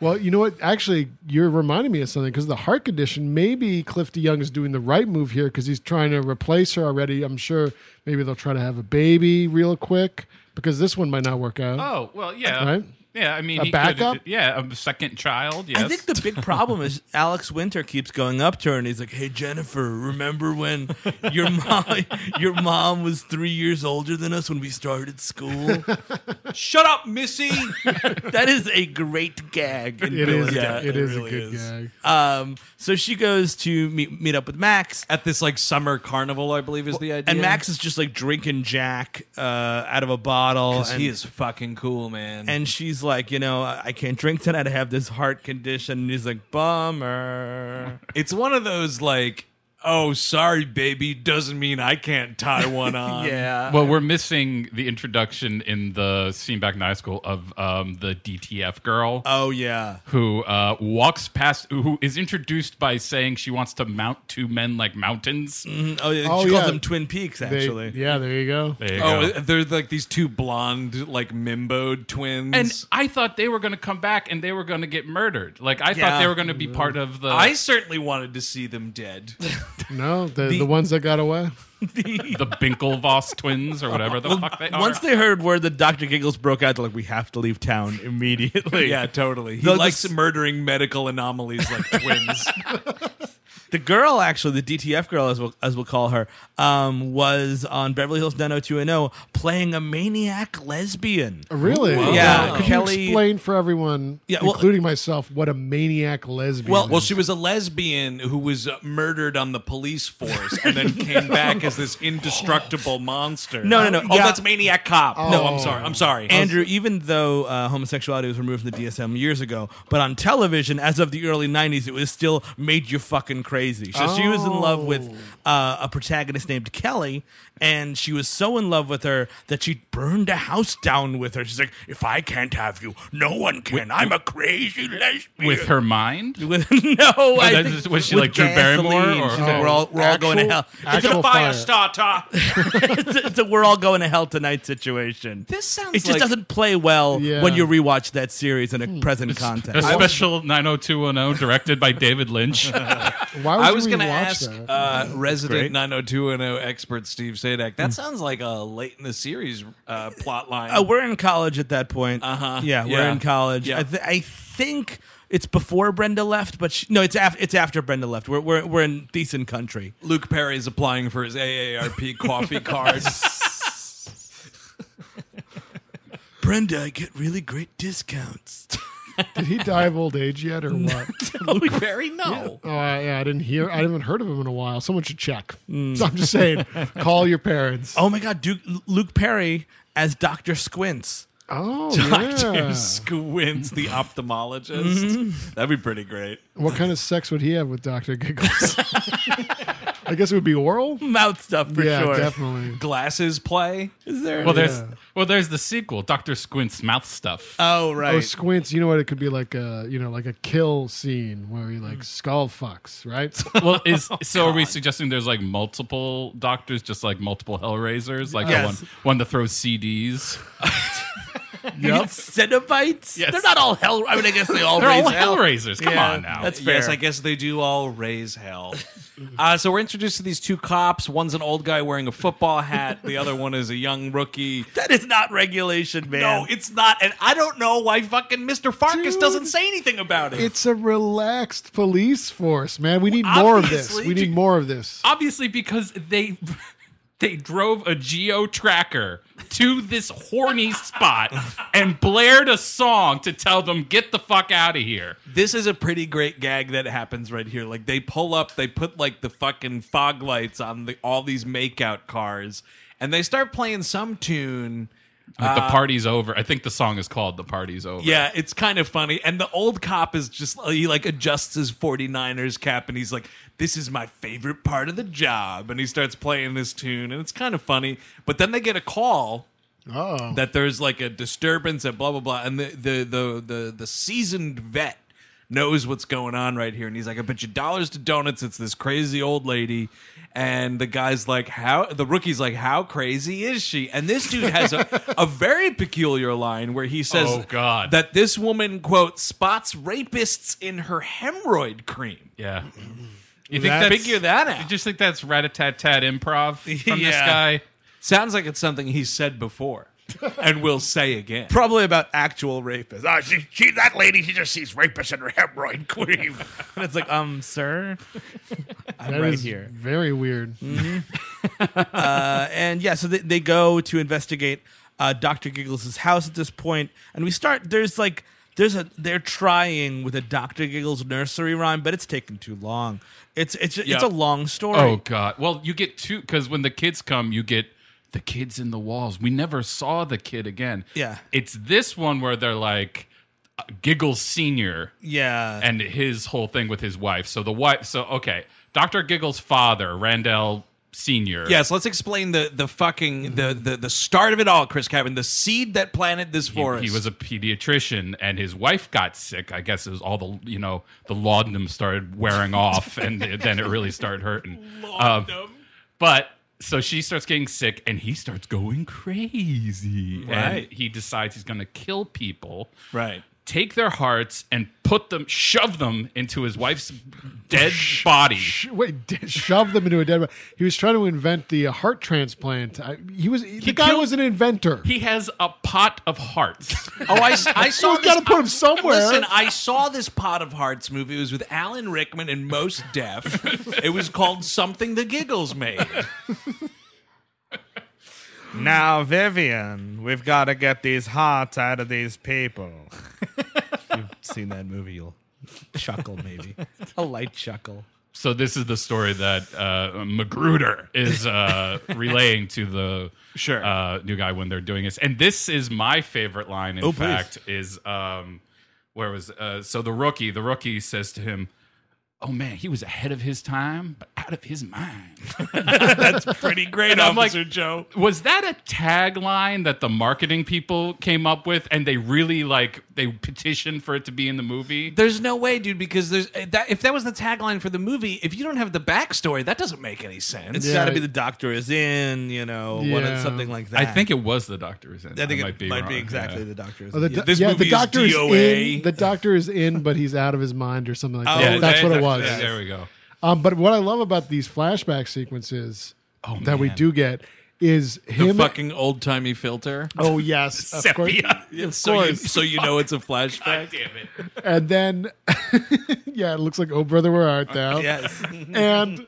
C: Well, you know what? Actually, you're reminding me of something because the heart condition. Maybe Cliff DeYoung is doing the right move here because he's trying to replace her already. I'm sure maybe they'll try to have a baby real quick because this one might not work out.
I: Oh well, yeah,
C: Right?
I: yeah. I mean,
C: A
I: he
C: backup?
I: Could, yeah, a second child. Yes.
B: I think the big problem
I: [LAUGHS]
B: is Alex Winter keeps going up to her and he's like, "Hey Jennifer, remember when
I: [LAUGHS]
B: your mom your mom was three years older than us when we started school?
A: Shut up, Missy.
B: [LAUGHS] that is a great gag. In
C: It
B: Bill
C: is.
B: and
C: Yeah,
B: Ted.
C: it is
B: really
C: a good gag.
B: Um, so she goes to meet meet up with Max,
A: At this like summer carnival, I believe is the idea.
B: and Max is just like drinking Jack uh, out of a bottle,
A: Because
B: and,
A: he is fucking cool, man.
B: and she's like, you know, I I can't drink tonight. I have this heart condition. And he's like, bummer.
A: it's one of those like, oh, sorry, baby, doesn't mean I can't tie one on.
B: [LAUGHS] yeah.
I: well, we're missing the introduction in the scene back in high school of um, the DTF girl.
B: Oh yeah.
I: who uh, walks past, who is introduced by saying she wants to mount two men like mountains.
B: Oh yeah.
C: Oh,
B: she calls
C: yeah.
B: them Twin Peaks.
C: They-
B: Actually,
C: yeah, there you go.
I: There you
A: Oh,
I: go.
A: they're like these two blonde, like mimboed twins.
I: and I thought they were going to come back and they were going to get murdered. Like I
B: Yeah.
I: thought they were going to be part of the. [LAUGHS]
A: I certainly wanted to see them dead.
C: No, the,
A: The-
C: the ones that got away.
A: the Binkelvoss twins or whatever the
B: Well,
A: fuck they are.
B: Once they heard where the Dr. Giggles broke out, they're like, we have to leave town immediately.
E: Yeah, totally. He
B: The- the-
E: likes murdering medical anomalies like
I: [LAUGHS]
E: twins.
B: The girl, actually, the DTF girl, as we'll, as we'll call her, um, was on Beverly Hills 90210 playing a maniac lesbian.
C: Really?
B: Oh, Yeah.
C: Could you
B: Kelly.
C: explain for everyone,
B: Yeah, well-
C: including myself, what a maniac lesbian?
E: Well,
C: is?
E: well, she was a lesbian who was uh, murdered on the police force
B: [LAUGHS]
E: and then came back as this indestructible monster.
B: No, no, no.
E: Oh,
B: Yeah.
E: that's Maniac Cop. No,
B: Oh.
E: I'm sorry. I'm sorry.
B: Andrew, even though uh, homosexuality was removed from the DSM years ago, but on television, as of the early 90s, it was still made you fucking crazy. So she was in love with
E: Oh.
B: uh, a protagonist named Kelly, and she was so in love with her that she burned a house down with her. She's like, if I can't have you, no one can. I'm a crazy lesbian.
A: with her mind?
B: With, [LAUGHS] no, I
A: that
B: think
A: is- was she
B: with
A: like Drew Barrymore,
B: gasoline.
A: or-
B: She's like, we're all, we're all going to hell.
E: It's a fire starter.
B: [LAUGHS] it's, a, it's a we're all going to hell tonight situation.
E: This sounds
B: It just
E: like-
B: doesn't play well
A: Yeah.
B: when you rewatch that series in a present
A: A
B: context.
A: special 90210 directed by David Lynch.
E: I was going to ask uh, resident 90210 expert Steve Sadak.
A: Hmm.
E: That sounds like a late in the series uh, plot line.
B: Uh, we're in college at that point.
E: Uh-huh.
B: Yeah, we're
E: Yeah.
B: in college.
E: Yeah.
B: I, th- I think it's before Brenda left, but she, no, it's after it's after Brenda left. We're we're, we're in decent country.
E: Luke Perry's applying for his
I: [LAUGHS]
E: AARP coffee card.
B: Brenda, I get really great discounts.
C: Did he die of old age yet, or what?
E: Luke Perry, no.
C: Oh, I, yeah, I didn't hear. I haven't heard of him in a while. Someone should check.
A: Hmm.
C: So I'm just
A: [LAUGHS]
C: saying, call your parents.
B: [LAUGHS] Oh my God, Duke, Luke Perry as Doctor Squints.
C: Oh,
E: Doctor
C: yeah.
E: Squints, the ophthalmologist. That'd be pretty great.
C: What kind of sex would he have with
A: [LAUGHS]
C: Doctor Giggles? I guess it would be oral.
B: Mouth stuff
A: for
C: yeah,
A: sure.
C: definitely.
E: Glasses play.
B: Is
C: there-
A: Well, there's
C: Yeah.
A: well, there's the sequel, Doctor Squint's mouth stuff.
B: Oh
C: Oh, squints. You know what? It could be like a you know like a kill scene where he like skull
A: [LAUGHS]
C: fucks, right?
A: well, is so? Are we suggesting there's like multiple doctors, just like multiple Hellraisers, like
C: Yes.
A: the one one that throws CDs?
B: Cenobites? They're not all hell. I mean, I guess they all
A: They're
B: raise
A: all
B: hell.
A: Hellraisers. Come
B: Yeah,
A: on now.
B: That's fair.
E: Yes, I guess they do all raise hell. uh, so we're introduced to these two cops. One's an old guy wearing a football hat. The other one is a young rookie.
B: That is not regulation, man.
E: No, it's not. And I don't know why fucking Mr. Farkas doesn't say anything about it.
C: It's a relaxed police force, man. We need more of this.
A: obviously,
C: We need more of this.
A: Obviously, because they [LAUGHS] they drove a geo tracker to this horny spot and blared a song to tell them get the fuck out of here.
E: this is a pretty great gag that happens right here. Like they pull up, they put like the fucking fog lights on the, all these makeout cars, and they start playing some tune.
A: Like
E: Uh,
A: the party's over. I think the song is called "The Party's Over."
E: Yeah, it's kind of funny. And the old cop is just he like adjusts his 49ers cap and he's like, "This is my favorite part of the job." And he starts playing this tune and it's kind of funny. But then they get a call
C: Oh,
E: that there's like a disturbance and blah blah blah and the the the the, the seasoned vet knows what's going on right here and he's like i bet you dollars to donuts it's this crazy old lady and the guy's like how the rookie's like how crazy is she and this dude has [LAUGHS] a, a very peculiar line where he says
A: Oh, God.
E: that this woman quote spots rapists in her hemorrhoid cream
A: yeah.
E: you think that figure that out
A: You just think that's rat a tat tat improv from this
E: Yeah.
A: guy?
E: sounds like it's something he said [LAUGHS] before and will say again
B: Probably about actual rapists.
P: Ah, she, she, that lady, she just sees rapists in her hemorrhoid cream.
B: And it's like, um, sir, I'm
C: That
B: right
C: is
B: here.
C: Very weird.
B: Uh, and yeah, so they, they go to investigate uh, Dr. Giggles' house at this point, and we start. There's like, there's a they're trying with a Dr. Giggles nursery rhyme, but it's taking too long. It's it's
A: Yeah.
B: it's a long story.
A: Oh God! Well, you get two because when the kids come, you get the kids in the walls. We never saw the kid again.
B: Yeah.
A: it's this one where they're like uh, Giggles Senior
B: yeah,
A: and his whole thing with his wife. So the wife. So okay, Doctor Giggles' father, Randall Senior.
E: Yes, let's explain the the fucking the the, the start of it all, Chris Cabin, the seed that planted this
A: he,
E: forest.
A: he was a pediatrician and his wife got sick i guess it was all the you know the laudanum started
E: [LAUGHS]
A: wearing off and it- then it really started hurting laudanum. but so she starts getting sick and he starts going crazy and
E: Right.
A: he decides he's going to kill people
E: right.
A: take their hearts and put them, shove them into his
E: [LAUGHS]
A: wife's dead body.
C: Wait, d- shoved them into a dead. body. He was trying to invent the uh, heart transplant. I, he was the guy
A: killed-
C: was an inventor.
A: He has a pot of
E: [LAUGHS]
A: hearts.
B: Oh, I, s- I saw.
C: You've gotta
B: this-
C: put 'em somewhere.
B: Listen, I saw this Pot of Hearts movie. It was with Alan Rickman and Most
E: [LAUGHS]
B: Def. it was called Something the Giggles Made.
Q: Now, Vivian, we've got to get these hearts out of these people.
B: You've seen that movie, you'll chuckle maybe [LAUGHS] a light chuckle.
A: So this is the story that uh, Magruder is
B: [LAUGHS]
A: uh, relaying to the uh, new guy when they're doing this, and this is my favorite line. In
R: Oh, please.
A: fact, is um, where was uh, so the rookie? The rookie says to him, "Oh man, he was ahead of his time, but out of his mind."
B: [LAUGHS]
A: [LAUGHS]
B: That's pretty great,
A: And I'm like,
B: Officer Joe.
A: Was that a tagline that the marketing people came up with, and they really like they petitioned for it to be in the movie?
E: There's no way, dude, because there's eh, that, if that was the tagline for the movie, if you don't have the backstory, that doesn't make any sense.
B: It's got to be the doctor is in, you know, one of- something like that.
A: I think it was the Doctor is in.
B: I think
A: I might
B: it
A: be
B: might be
A: wrong,
B: exactly
A: yeah.
B: the Doctor is
C: Oh, the
B: in.
C: do-
B: This
C: yeah,
B: movie
C: the
B: is
C: doctor is,
B: DOA.
C: in. The doctor is in, but he's out of his mind or something like
A: Oh,
C: that. that's what it
A: that-
C: was.
A: that- there we go.
C: Um, but what I love about these flashback sequences that we do get is
E: the
C: him.
E: fucking old timey filter.
C: Oh, yes, of course.
E: Sepia.
C: Of
E: so you,
C: course.
E: so you know it's a [LAUGHS] flashback.
A: damn it.
C: and then, [LAUGHS] yeah, it looks like "Oh brother, where art thou?"
B: Yes.
E: [LAUGHS]
C: and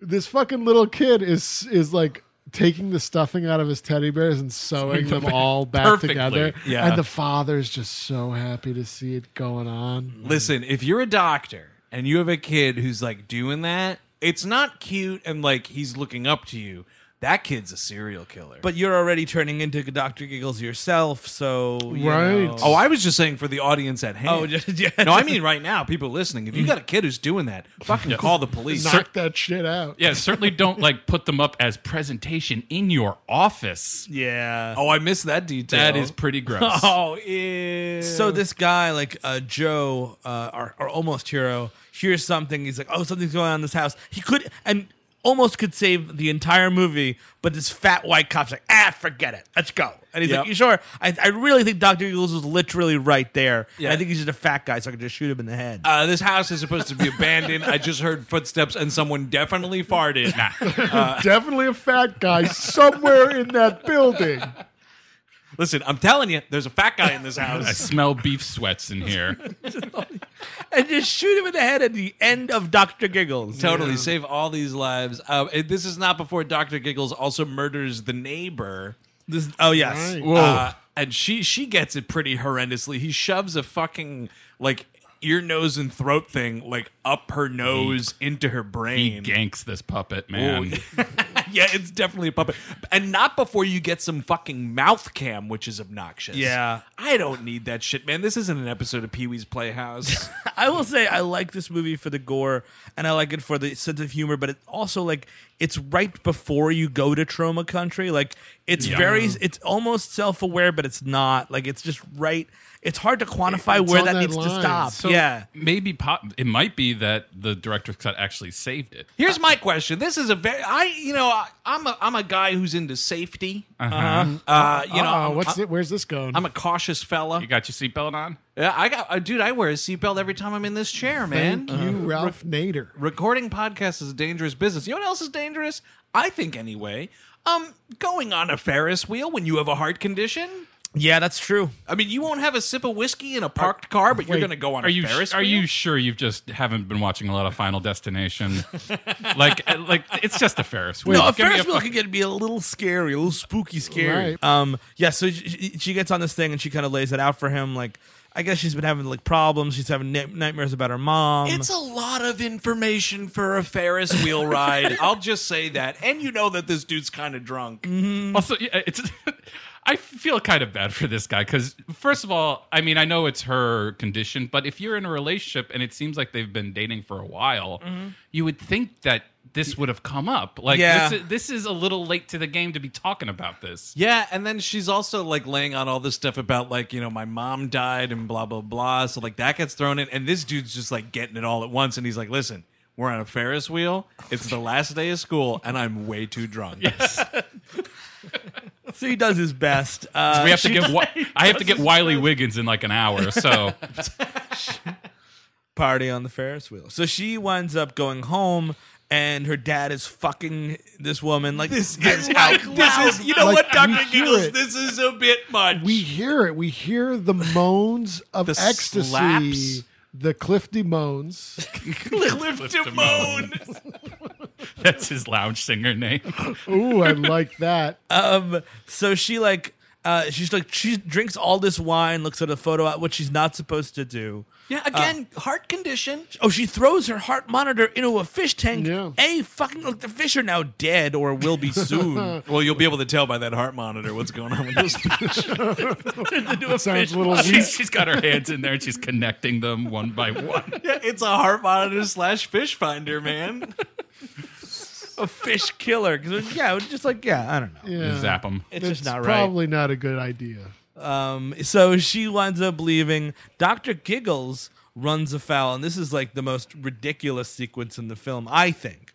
C: this fucking little kid is is like taking the stuffing out of his teddy bears and sewing them all back
E: Perfectly.
C: together.
E: Yeah.
C: and the father's just so happy to see it going on.
E: Listen, if you're a doctor and you have a kid who's like doing that, it's not cute and like he's looking up to you. That kid's a serial killer.
B: But you're already turning into Doctor Giggles yourself, so you know.
E: Oh, I was just saying for the audience at hand.
B: Oh, [LAUGHS] just- yeah.
E: No, I mean right now, people listening. If you got a kid who's doing that, fucking call the police.
C: Knock that shit out.
A: Yeah, certainly don't like put them up as presentation in your office.
B: Yeah.
E: Oh, I missed that detail.
A: That is pretty [LAUGHS] gross.
E: Oh, ew.
B: So this guy, like uh, Joe, uh, our, our almost hero, hears something. He's like, "Oh, something's going on in this house." He could and almost could save the entire movie, but this fat white cop's like, "Ah, forget it. Let's go." And he's
E: Yep.
B: like, "You sure?" I, I really think Doctor Eagles was literally right there. Yeah.
E: Yeah.
B: I think he's just a fat guy, so I could just shoot him in the head.
E: Uh, this house is supposed to be abandoned. I just heard footsteps and someone definitely farted. Uh,
C: Definitely a fat
E: [LAUGHS]
C: guy somewhere in that building.
E: listen, I'm telling you, there's a fat guy in this house.
A: I smell beef sweats in here.
B: and just [LAUGHS] shoot him in the head at the end of Doctor Giggles.
E: [LAUGHS] Totally save all these lives. Uh, it- this is not before Doctor Giggles also murders the neighbor.
B: This, oh yes,
A: Right. Whoa.
E: Uh, and she she gets it pretty horrendously. He shoves a fucking like ear, nose, and throat thing like up her nose into her
A: He
E: brain.
A: ganks this puppet, man.
E: Ooh. yeah, it's definitely a puppet, and not before you get some fucking mouth cam, which is obnoxious.
B: Yeah.
E: I don't need that shit, man. This isn't an episode of Pee
A: [LAUGHS]
E: Wee's [LAUGHS] Playhouse.
B: [LAUGHS] I will say I like this movie for the gore and I like it for the sense of humor, but it also like it's right before you go to trauma country. Like it's
E: Yeah.
B: very it's almost self aware, but it's not. Like it's just right it's hard to quantify where
C: on
B: that,
C: that
B: needs to
C: line.
B: stop.
A: So
B: yeah.
A: Maybe pop, it might be that the director's cut actually saved it.
E: Here's my question. This is a very I you know I, I'm a I'm a guy who's into safety.
A: Uh-huh.
E: Uh, you know,
C: Uh-oh,
E: I'm-
C: what's
E: I-
C: it, where's this going?
E: I'm a cautious fella.
A: You got your seatbelt on?
E: Yeah, I got, uh, dude. I wear a seatbelt every time I'm in this chair, man.
C: Thank you,
E: Uh-huh.
C: Ralph Nader.
E: Recording podcasts is a dangerous business. You know what else is dangerous? I think anyway. Um, going on a Ferris wheel when you have a heart condition.
B: Yeah, that's true.
E: I mean, you won't have a sip of whiskey in a parked car, but you're
A: Wait,
E: going to go on
A: are
E: a
A: you,
E: Ferris.
A: Are
E: wheel?
A: you sure you've just haven't been watching a lot of Final
E: [LAUGHS]
A: Destination? like, like it's just a Ferris wheel.
B: no, a
A: Give me
B: Ferris wheel
A: fuck-
B: could get to be a little scary, a little spooky, scary.
A: Right.
B: Um, yeah. So she, she gets on this thing and she kind of lays it out for him. Like, I guess she's been having like problems. She's having na- nightmares about her mom.
E: It's a lot of information for a Ferris wheel ride. I'll just say that. And you know that this dude's kind of drunk.
A: Also, yeah, it's. [LAUGHS] I feel kind of bad for this guy because, first of all, I mean, I know it's her condition, but if you're in a relationship and it seems like they've been dating for a while,
C: Mm-hmm.
A: you would think that this would have come up. Like,
E: Yeah.
A: this, is, this is a little late to the game to be talking about this.
E: Yeah, and then she's also like laying on all this stuff about like, you know, my mom died and blah blah blah. So like that gets thrown in and this dude's just like getting it all at once and he's like, "Listen, we're on a Ferris [LAUGHS] wheel. It's the last day of school and I'm way too drunk." Yes.
B: So he does his best. Uh,
A: we have to
B: she-
A: get. Wi- I have to get
B: does-
A: Wiley Wiggins in like an hour. So
B: party on the Ferris wheel. So she winds up going home, and her dad is fucking this woman. Like this
E: is out loud.
B: This is you know
E: Like,
B: what,
E: we
B: Doctor
E: hear
B: Giggles.
E: it.
B: This is a bit much.
C: We hear it. We hear the moans of
B: The
C: ecstasy.
B: slaps.
C: The Clifty moans.
B: Cliff Damone.
A: [LAUGHS] that's his lounge singer name.
C: Ooh, I
A: [LAUGHS]
C: like that.
B: Um, so she like uh, she's like she drinks all this wine, looks at a photo, out, which she's not supposed to do.
S: Yeah, again, heart condition.
B: Oh, she throws her heart monitor into a fish tank. A fucking look, the fish are now dead or will be
E: [LAUGHS]
B: soon.
E: well, you'll be able to tell by that heart monitor what's going on
B: [LAUGHS]
E: with this.
C: Sounds a little
A: She's- she's got her hands in there and she's connecting them one by one.
E: yeah, it's a heart monitor slash fish finder, [LAUGHS] man.
B: a fish killer. 'Cause, yeah, it was just like yeah, I don't know.
C: Yeah.
A: Zap 'em.
B: It's just not right.
C: Probably not a good idea.
B: Um, so she winds up leaving. Doctor Giggles runs afoul, and this is like the most ridiculous sequence in the film, I think.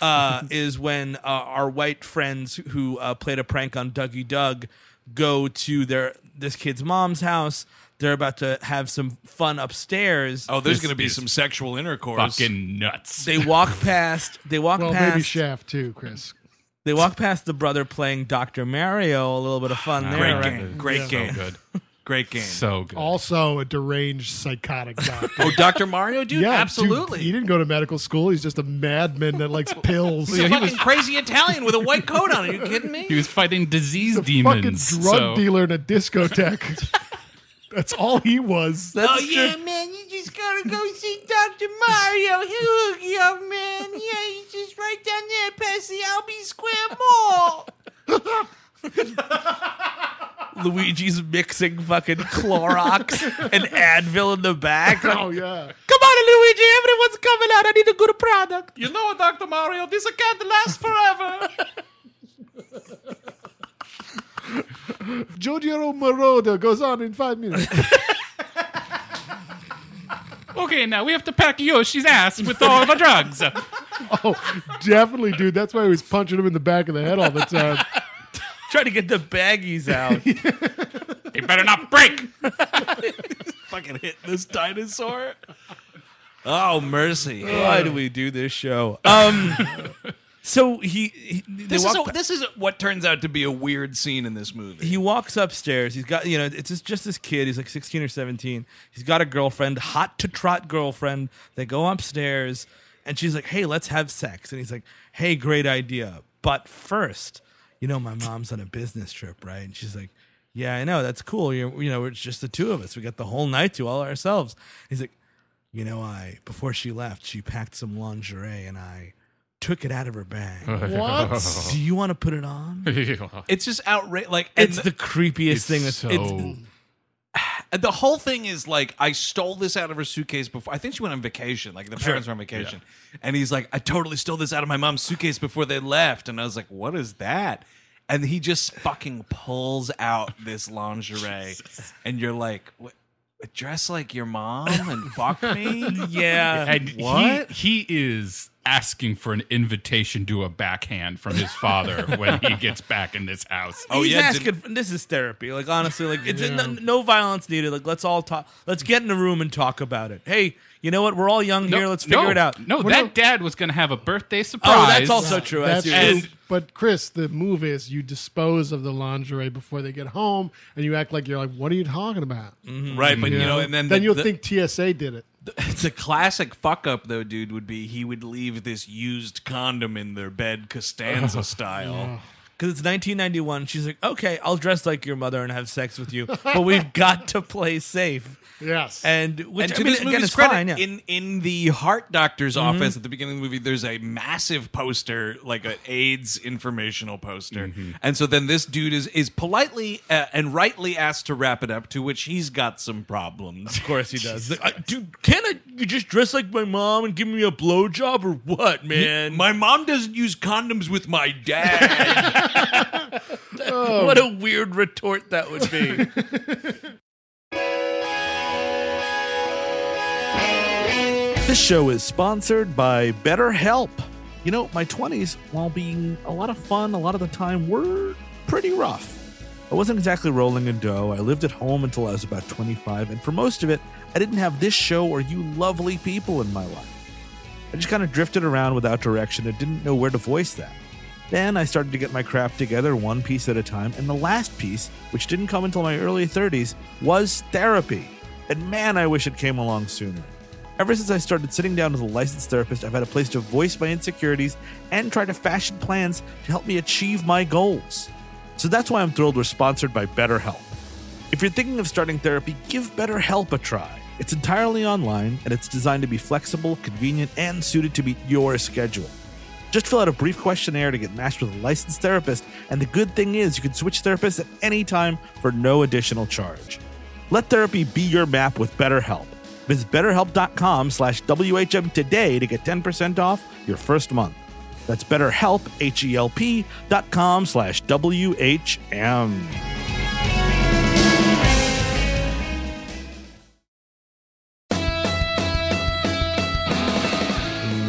B: Uh, [LAUGHS] is when uh, our white friends who uh, played a prank on Dougie Doug go to their this kid's mom's house. They're about to have some fun upstairs.
E: Oh, there's going to be some sexual intercourse.
A: Fucking nuts.
B: They walk past. They walk
C: Well,
B: past.
C: maybe Shaft too, Chris.
B: They walk past the brother playing Doctor Mario. A little bit of fun there.
A: Great
B: right?
A: game. Great So game. good.
B: Great game.
A: So good.
C: Also a deranged psychotic doctor.
E: Oh, Dr. Mario,
C: [LAUGHS]
E: dude?
C: Yeah, dude,
E: Absolutely.
C: he didn't go to medical school. He's just a madman that likes pills.
E: He's a fucking crazy Italian with a white coat on. Are you kidding me?
A: He was fighting disease
C: fucking
A: demons.
C: drug
A: so-
C: dealer in a discotheque. That's all he was.
T: oh yeah, man, you just gotta go see Dr. Mario. He'll hook you up, man. Yeah, he's just right down there past the Albee Square Mall.
B: Luigi's mixing fucking Clorox and Advil in the back.
C: Oh yeah.
T: Come on, Luigi, everyone's coming out. I need a good product.
E: You know what, Dr. Mario? This can't last forever.
C: [LAUGHS] Giorgio Moroder goes on in five minutes.
A: [LAUGHS] Okay, now we have to pack Yoshi's ass with all of our drugs.
C: [LAUGHS] oh, definitely, dude. That's why he was punching him in the back of the head all the time.
B: Trying to get the baggies out.
E: [LAUGHS]
A: they better not break.
B: [LAUGHS]
E: fucking hitting this dinosaur. Oh, mercy.
B: Why do we do this show?
E: [LAUGHS]
B: Um, so he, he
E: This is, a, this is what turns out to be a weird scene in this movie.
B: he walks upstairs. He's got you know it's just, just this kid. He's like sixteen or seventeen. He's got a girlfriend, hot to trot girlfriend. They go upstairs, and she's like, "Hey, let's have sex." And he's like, "Hey, great idea, but first, you know, my mom's on a business trip, right?" And she's like, "Yeah, I know. That's cool. You're, you know, it's just the two of us. We got the whole night to all ourselves." He's like, "You know, I before she left, she packed some lingerie, and I." Took it out of her bag.
E: What?
B: Do you want to put it on?
E: It's just outrageous. Like and
B: It's the creepiest thing. That's it's,
E: And the whole thing is like, I stole this out of her suitcase before. I think she went on vacation. Like the parents were on vacation, and he's like, I totally stole this out of my mom's suitcase before they left. And I was like, What is that? And he just fucking pulls out this lingerie,
I: [LAUGHS]
E: and you're like, what? Dress like your mom
I: [LAUGHS]
E: and fuck me?
B: Yeah.
A: And
E: What?
A: He, he is asking for an invitation to a backhand from his father when he gets back in this house.
E: Oh,
B: He's asking. for- this is therapy. Like honestly, like it's
A: Yeah.
B: no, no violence needed. Like let's all talk. Let's get in a room and talk about it. Hey, you know what? We're all young here. Let's figure
A: no,
B: it out.
A: No, that dad was going to have a birthday surprise.
B: Oh, that's also
E: [LAUGHS]
B: true. I
C: That's
B: see.
C: true.
B: And-
C: But Chris, the move is you dispose of the lingerie before they get home, and you act like you're like, "What are you talking about?"
E: Mm-hmm. Right, but, you know, and then
C: then
E: the-
C: you'll
E: the-
C: think TSA did it.
E: The classic fuck up though, dude, would be he would leave this used condom in their bed,
B: [LAUGHS]
E: Costanza [LAUGHS] style.
B: Because it's 1991. She's like, okay, I'll dress like your mother and have sex with you, but we've got to play safe.
C: Yes.
B: And which
E: and
B: I
E: to
B: mean,
E: this
B: again,
E: movie's
B: it's
E: credit, Mm-hmm.
B: fine. Yeah.
E: in in the heart doctor's
B: Mhm.
E: office at the beginning of the movie, there's a massive poster, like an AIDS informational poster, and so then this dude is is politely uh, and rightly asked to wrap it up, to which he's got some problems. Of
B: course he
E: [LAUGHS]
B: does. Like, I- dude, can I you just dress like my mom and give me a blowjob or what, man?
E: My mom doesn't use condoms with my dad.
B: what a weird retort that would be. This show is sponsored by BetterHelp. You know, my 20s, while being a lot of fun, a lot of the time were pretty rough. I wasn't exactly rolling in dough. I lived at home until I was about 25, and for most of it, I didn't have this show or you lovely people in my life. I just kind of drifted around without direction and didn't know where to voice that. Then I started to get my crap together one piece at a time, and the last piece, which didn't come until my early 30s, was therapy. And man, I wish it came along sooner. Ever since I started sitting down with a licensed therapist, I've had a place to voice my insecurities and try to fashion plans to help me achieve my goals. So that's why I'm thrilled we're sponsored by BetterHelp. If you're thinking of starting therapy, give BetterHelp a try. It's entirely online and it's designed to be flexible, convenient, and suited to meet your schedule. Just fill out a brief questionnaire to get matched with a licensed therapist, and the good thing is you can switch therapists at any time for no additional charge. Let therapy be your map with BetterHelp. Visit betterhelp.com slash WHM today to get 10% off your first month. That's betterhelp, H-E-L-P dot com slash W-H-M.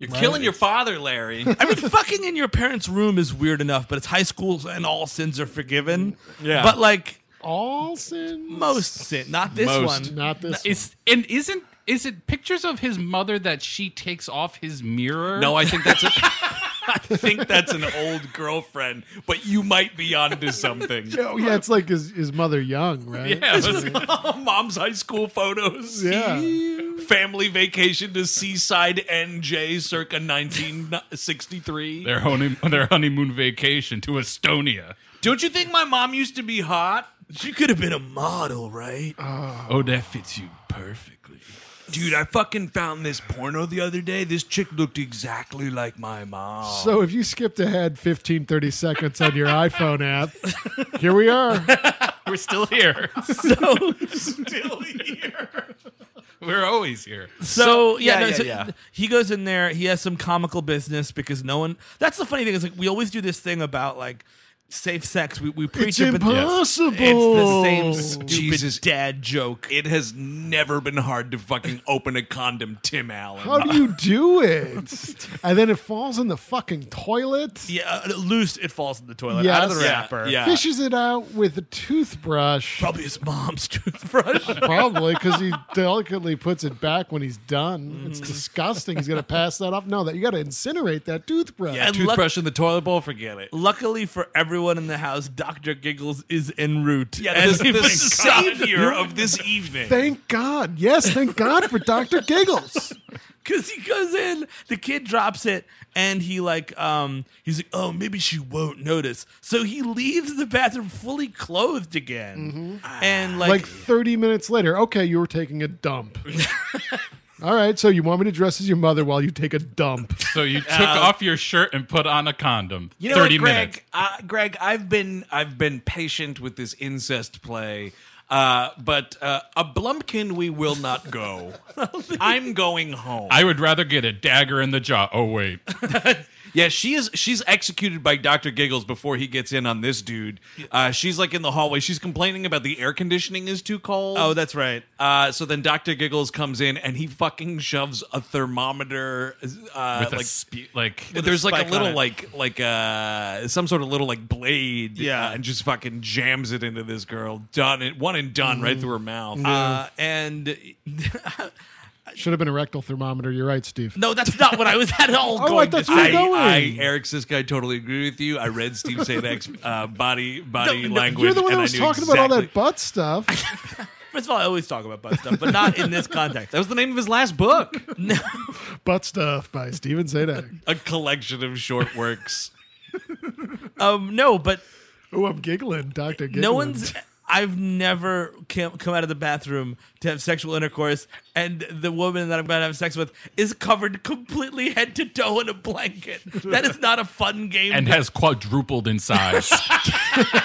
B: You're
C: Right.
B: killing your father,
I: [LAUGHS]
B: Larry. I mean, fucking in your parents' room is weird enough, but it's high school and all sins are forgiven.
I: Yeah.
B: But like
C: all sins,
B: most sin, not this one,
I: It's, and isn't is it pictures of his mother that she takes off his mirror?
A: No, I think that's
B: [LAUGHS]
I: a,
A: [LAUGHS] I think that's an old girlfriend, but you might be onto something. [LAUGHS]
C: Oh, yeah, it's like his, his mother young, right?
A: Yeah, [LAUGHS] mom's high school photos.
C: Yeah.
A: Family vacation to Seaside NJ circa 1963.
I: their honeymoon [LAUGHS] their honeymoon vacation to Estonia.
A: Don't you think my mom used to be hot? She could have been a model, right?
I: Oh, that fits you perfectly.
A: Dude, I fucking found this porno the other day. This chick looked exactly like my mom.
C: So if you skipped ahead 15, 30 seconds on your iPhone app, here we are.
I: We're
B: [LAUGHS]
I: still here.
B: So
I: [LAUGHS] still here. We're always here.
B: So, yeah, no, so he goes in there. He has some comical business because no one. That's the funny thing is like we always do this thing about like safe sex. We we preach it, but
C: impossible.
B: It's the same
A: Jesus.
B: stupid dad joke.
A: It has never been hard to fucking open a condom, Tim Allen.
C: How do you do it? And then it falls in the fucking toilet.
B: Yeah, uh, loose. It falls in the toilet
C: Yes.
B: out of the wrapper.
C: Fishes it out with a toothbrush.
B: Probably his mom's [LAUGHS] toothbrush.
C: Probably
B: [LAUGHS]
C: because he delicately puts it back when he's done. It's
B: Mm-hmm.
C: disgusting. He's gonna pass that off. No, that you gotta incinerate that toothbrush.
B: Yeah,
A: Toothbrush in the toilet bowl, forget it.
B: Luckily for everyone in the house, Doctor Giggles is en route.
A: Yeah, this
B: And
A: is the
B: he's like, "God,
A: savior
B: you're-
A: of this evening.
C: Thank God. Yes, thank God
B: [LAUGHS]
C: for Dr. Giggles.
B: Cause he goes in, the kid drops it, and he like um he's like, Oh, maybe she won't notice. So he leaves the bathroom fully clothed again. And
C: Like,
B: like,
C: 30 minutes later, okay, you were taking
B: [LAUGHS]
C: a dump. All right, so you want me to dress as your mother while you take a dump.
I: So you took
C: Uh,
I: off your shirt and put on a condom.
A: You know
I: Thirty
A: what, Greg?
I: minutes.
A: Uh, Greg, I've been I've been patient with this incest play Uh, but uh, a Blumpkin, we will not
I: [LAUGHS]
A: go. I'm going home.
I: I would rather get a dagger in the jaw. Oh wait,
A: Yeah, she is. She's executed by Doctor Giggles before he gets in on this dude. [LAUGHS] Uh, she's like in the hallway. She's complaining about the air conditioning is too cold.
B: Oh, that's right.
A: Uh, so then Doctor Giggles comes in and he fucking shoves a thermometer uh,
I: With a
A: like
I: spe- like-
A: Well, there's
I: with a
A: like a
I: spike
A: little
I: on it.
A: like like uh some sort of little like blade.
B: Yeah.
A: uh, and just fucking jams it into this girl. Done it. One and done right
C: Mm.
A: through her mouth.
C: Yeah.
B: Uh, and [LAUGHS]
C: Should have been a rectal thermometer. You're right, Steve.
B: no, that's not what I was at all
C: Oh, I
B: going
C: thought
B: to
C: you were
B: say.
C: going-
A: I, Eric Siska, I totally agree with you. I read Steve Sadek's uh, body body language.
C: You're the one
A: and
C: that
A: I
C: was
A: knew
C: talking
A: exactly
C: about all that butt stuff.
A: [LAUGHS]
B: First of all, I always talk about butt stuff, but not in this context.
A: That was the name of his last book.
C: butt stuff by
A: [LAUGHS]
C: Steven Zadek.
A: a collection of short works.
B: [LAUGHS] Um, no, but
C: Oh, I'm giggling, Doctor. Giggling.
B: no one's. I've never came, come out of the bathroom to have sexual intercourse, and the woman that I'm going to have sex with is covered completely head [LAUGHS] to toe in a blanket. That is not a fun game.
I: and
B: to
I: has quadrupled in size.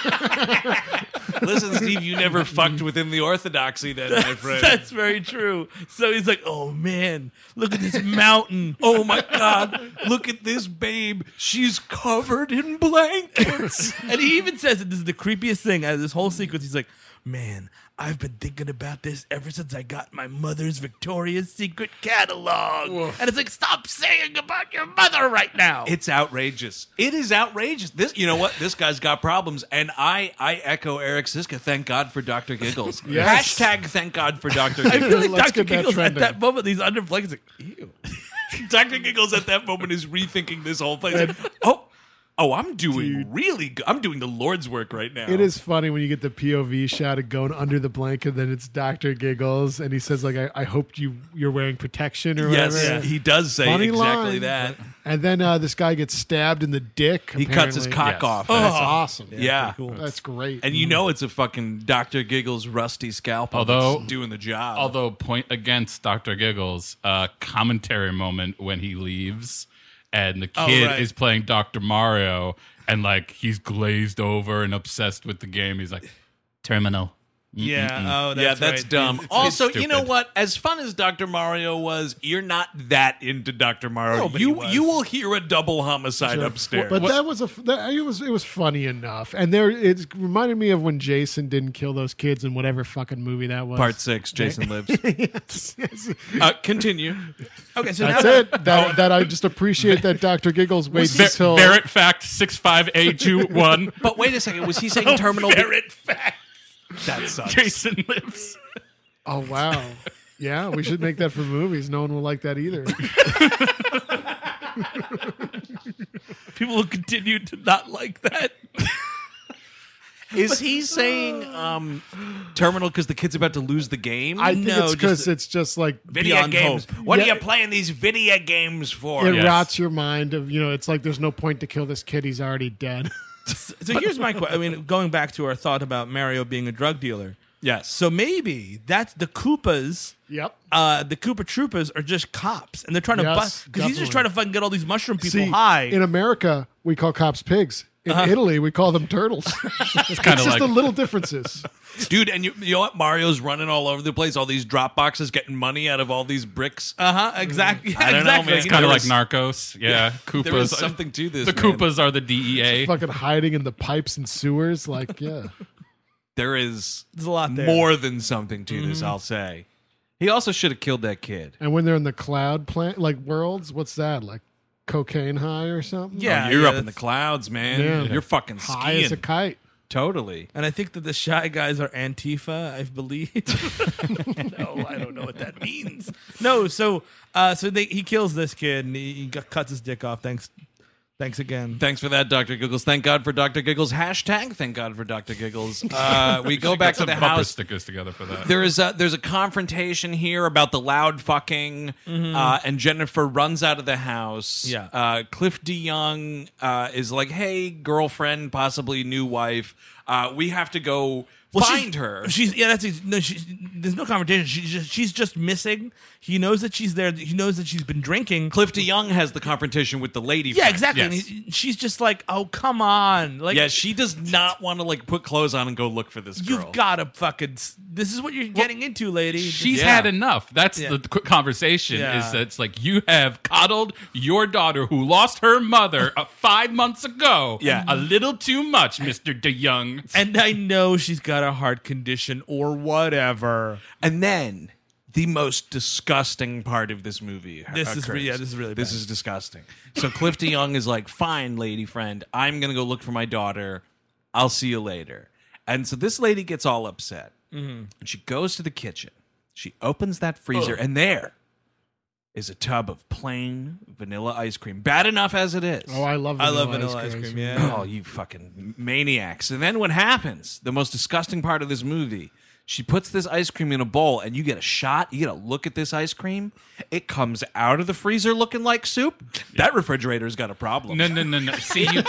B: [LAUGHS]
A: Listen, Steve, you never fucked within the orthodoxy, then, my friend.
B: That's very true. So he's like, "Oh man, look at this mountain.
A: Oh my god, look at this babe. She's covered in blankets." [LAUGHS]
B: and he even says that this is the creepiest thing out of this whole sequence. He's like, "Man, I've been thinking about this ever since I got my mother's Victoria's Secret catalog." And it's like, "Stop saying about your mother right now."
A: [LAUGHS] It's outrageous. It is outrageous. This, you know what? This guy's got problems, and I, I echo Eric Siska. Thank God for Doctor Giggles.
I: [LAUGHS]
B: Yes.
A: Hashtag Thank God for Doctor
B: [LAUGHS] I
A: Giggles.
B: feel [LAUGHS] like Dr. Giggles at that moment, he's under blankets like, ew.
A: Dr. Giggles at that moment is rethinking this whole thing. He's like, oh, oh, I'm doing really good. I'm doing the Lord's work right now.
C: It is funny when you get the POV shot of going under the blanket, then it's Doctor Giggles, and he says like, "I, I hope you you're wearing protection or
A: Yes,
C: whatever."
A: yeah, he does say
C: Funny
A: exactly
C: line.
A: that.
C: And then uh, this guy gets stabbed in the dick.
A: He cuts his
C: apparently.
A: cock off.
C: Oh,
A: and
C: that's
A: it's-
C: awesome.
A: Yeah.
C: that's great.
A: And
I: Mm.
A: you know it's a fucking Dr. Giggles rusty scalpel
I: Although-
A: that's doing the job.
I: Although point against Doctor Giggles, uh, commentary moment when he leaves, and the
A: Oh,
I: kid
A: right.
I: is playing Doctor Mario, and like he's glazed over and obsessed with the game. He's like, "Terminal." Mm,
B: Yeah,
I: mm, mm.
B: oh,
A: yeah, that's dumb. also, you know
I: stupid.
A: what? As fun as Dr. Mario was, you're not that into Dr. Mario.
B: No, but he
A: you
B: was.
A: you will hear a double homicide
C: Sure.
A: upstairs.
C: But that was a f- that, it was it was funny enough, and there it reminded me of when Jason didn't kill those kids in whatever fucking movie that was.
A: Part six,
I: [LAUGHS]
A: Jason lives.
C: [LAUGHS]
A: [LAUGHS]
C: Yes, yes.
A: uh, [LAUGHS] continue.
B: Okay, so
C: That's
B: now
C: it.
A: Oh.
C: That, Oh, that I just appreciate that Doctor Giggles waits
I: Ver-
C: until
I: Barrett fact six five
A: [LAUGHS]
I: eight two one.
A: But wait a second, was he [LAUGHS] saying terminal?
I: Barrett
A: That Oh, sucks.
I: Jason lives.
C: Oh wow. Yeah, we should make that for movies. No one will like that
A: [LAUGHS]
C: either.
B: people will continue to not like that.
A: Is he saying um, terminal because the kid's about to lose the game?
C: I think
A: No,
C: it's
A: just
C: because it's just like
A: video
C: beyond
A: games.
C: hope.
A: What
C: Yeah,
A: are you playing these video games for?
C: It rots your mind of you know. It's like there's no point to kill this kid. He's already dead. [LAUGHS]
B: So here's my question. I mean, going back to our thought about Mario being a drug dealer.
A: Yes.
B: So maybe that's the Koopas.
C: Yep.
B: Uh, the Koopa Troopas are just cops, and they're trying to
C: Yes,
B: bust because he's just
C: definitely.
B: trying to fucking get all these mushroom people
C: See,
B: high.
C: in America, we call cops pigs. In Italy, we call them turtles. [LAUGHS] it's
I: kinda
C: just
I: like-
C: the little differences. [LAUGHS]
A: Dude, and you, you know what? Mario's running all over the place. All these drop boxes, getting money out of all these bricks.
B: Uh huh. Exactly.
A: I don't know,
B: exactly.
A: man.
I: It's
A: You
I: kind
A: know,
I: of like
A: there
I: Narcos. Yeah, Koopas.
A: there is something to this,
I: The
A: man.
I: Koopas are the DEA.
C: Fucking hiding in the pipes and sewers, like yeah.
A: There is
B: There's a lot there.
A: more than something to
I: Mm-hmm.
A: this. I'll say. He also should have killed that kid.
C: And when they're in the cloud plant, like worlds, what's that? Like cocaine high or something?
A: Oh, you're up in the clouds, man.
C: Yeah.
A: You're fucking
C: high as a
A: skiing.
C: kite.
A: Totally.
B: And I think that the shy guys are Antifa, I believe. no, Oh, I don't know what that means. No, so uh, so they, he kills this kid and he, he gu- cuts his dick off. Thanks, thanks again.
A: Thanks for that, Dr. Giggles. Thank God for Dr. Giggles. Hashtag thank God for Dr. [LAUGHS] Giggles. Uh, we go
I: should
A: back
I: get
A: to
I: some
A: the
I: bumper
A: house.
I: stickers together for that.
A: There is a there's a confrontation here about the loud fucking,
E: Mm-hmm.
A: uh, and Jennifer runs out of the house.
B: Yeah.
A: Uh, Cliff DeYoung uh, is like, "Hey, girlfriend, possibly new wife, uh, we have to go
B: Well, she's-
A: find her."
B: She's yeah. That's no. She's there's no confrontation. She's just, she's just missing. He knows that she's there. He knows that she's been drinking.
A: Cliff DeYoung has the confrontation with the lady.
B: Yeah,
A: friend.
B: exactly. And
A: Yes.
B: he- she's just like, oh come on, like
A: yeah, she does not want to like put clothes on and go look for this girl.
B: you've got to fucking. s- This is what you're getting into, lady.
E: She's
B: Yeah.
E: had enough. That's
B: Yeah.
E: the qu- conversation.
B: Yeah.
E: Is that it's like you have coddled your daughter who lost her mother
A: [LAUGHS]
E: uh, five months ago.
B: Yeah.
E: a little too much, Mister DeYoung.
B: and I know she's got a heart condition or whatever.
A: And then the most disgusting part of this movie. Uh,
B: This is
A: occurs.
B: re- yeah, this is really
A: this
B: bad.
A: is disgusting. So Cliff DeYoung is like, "Fine, lady friend, I'm gonna go look for my daughter. I'll see you later." And so this lady gets all upset,
E: Mm-hmm.
U: Mhm.
A: and she goes to the kitchen. She opens that freezer,
U: Ugh.
A: and there is a tub of plain vanilla ice cream. Bad enough as it is.
C: Oh, I love
A: I love
C: vanilla
A: vanilla
C: ice
A: ice
C: cream,
A: cream.
C: yeah.
A: Oh, you fucking maniacs! And then what happens? The most disgusting part of this movie. She puts this ice cream in a bowl, and you get a shot. You get a look at this ice cream. It comes out of the freezer looking like soup. That refrigerator's got a problem.
E: No, no, no, no. See,
A: [LAUGHS]
E: you,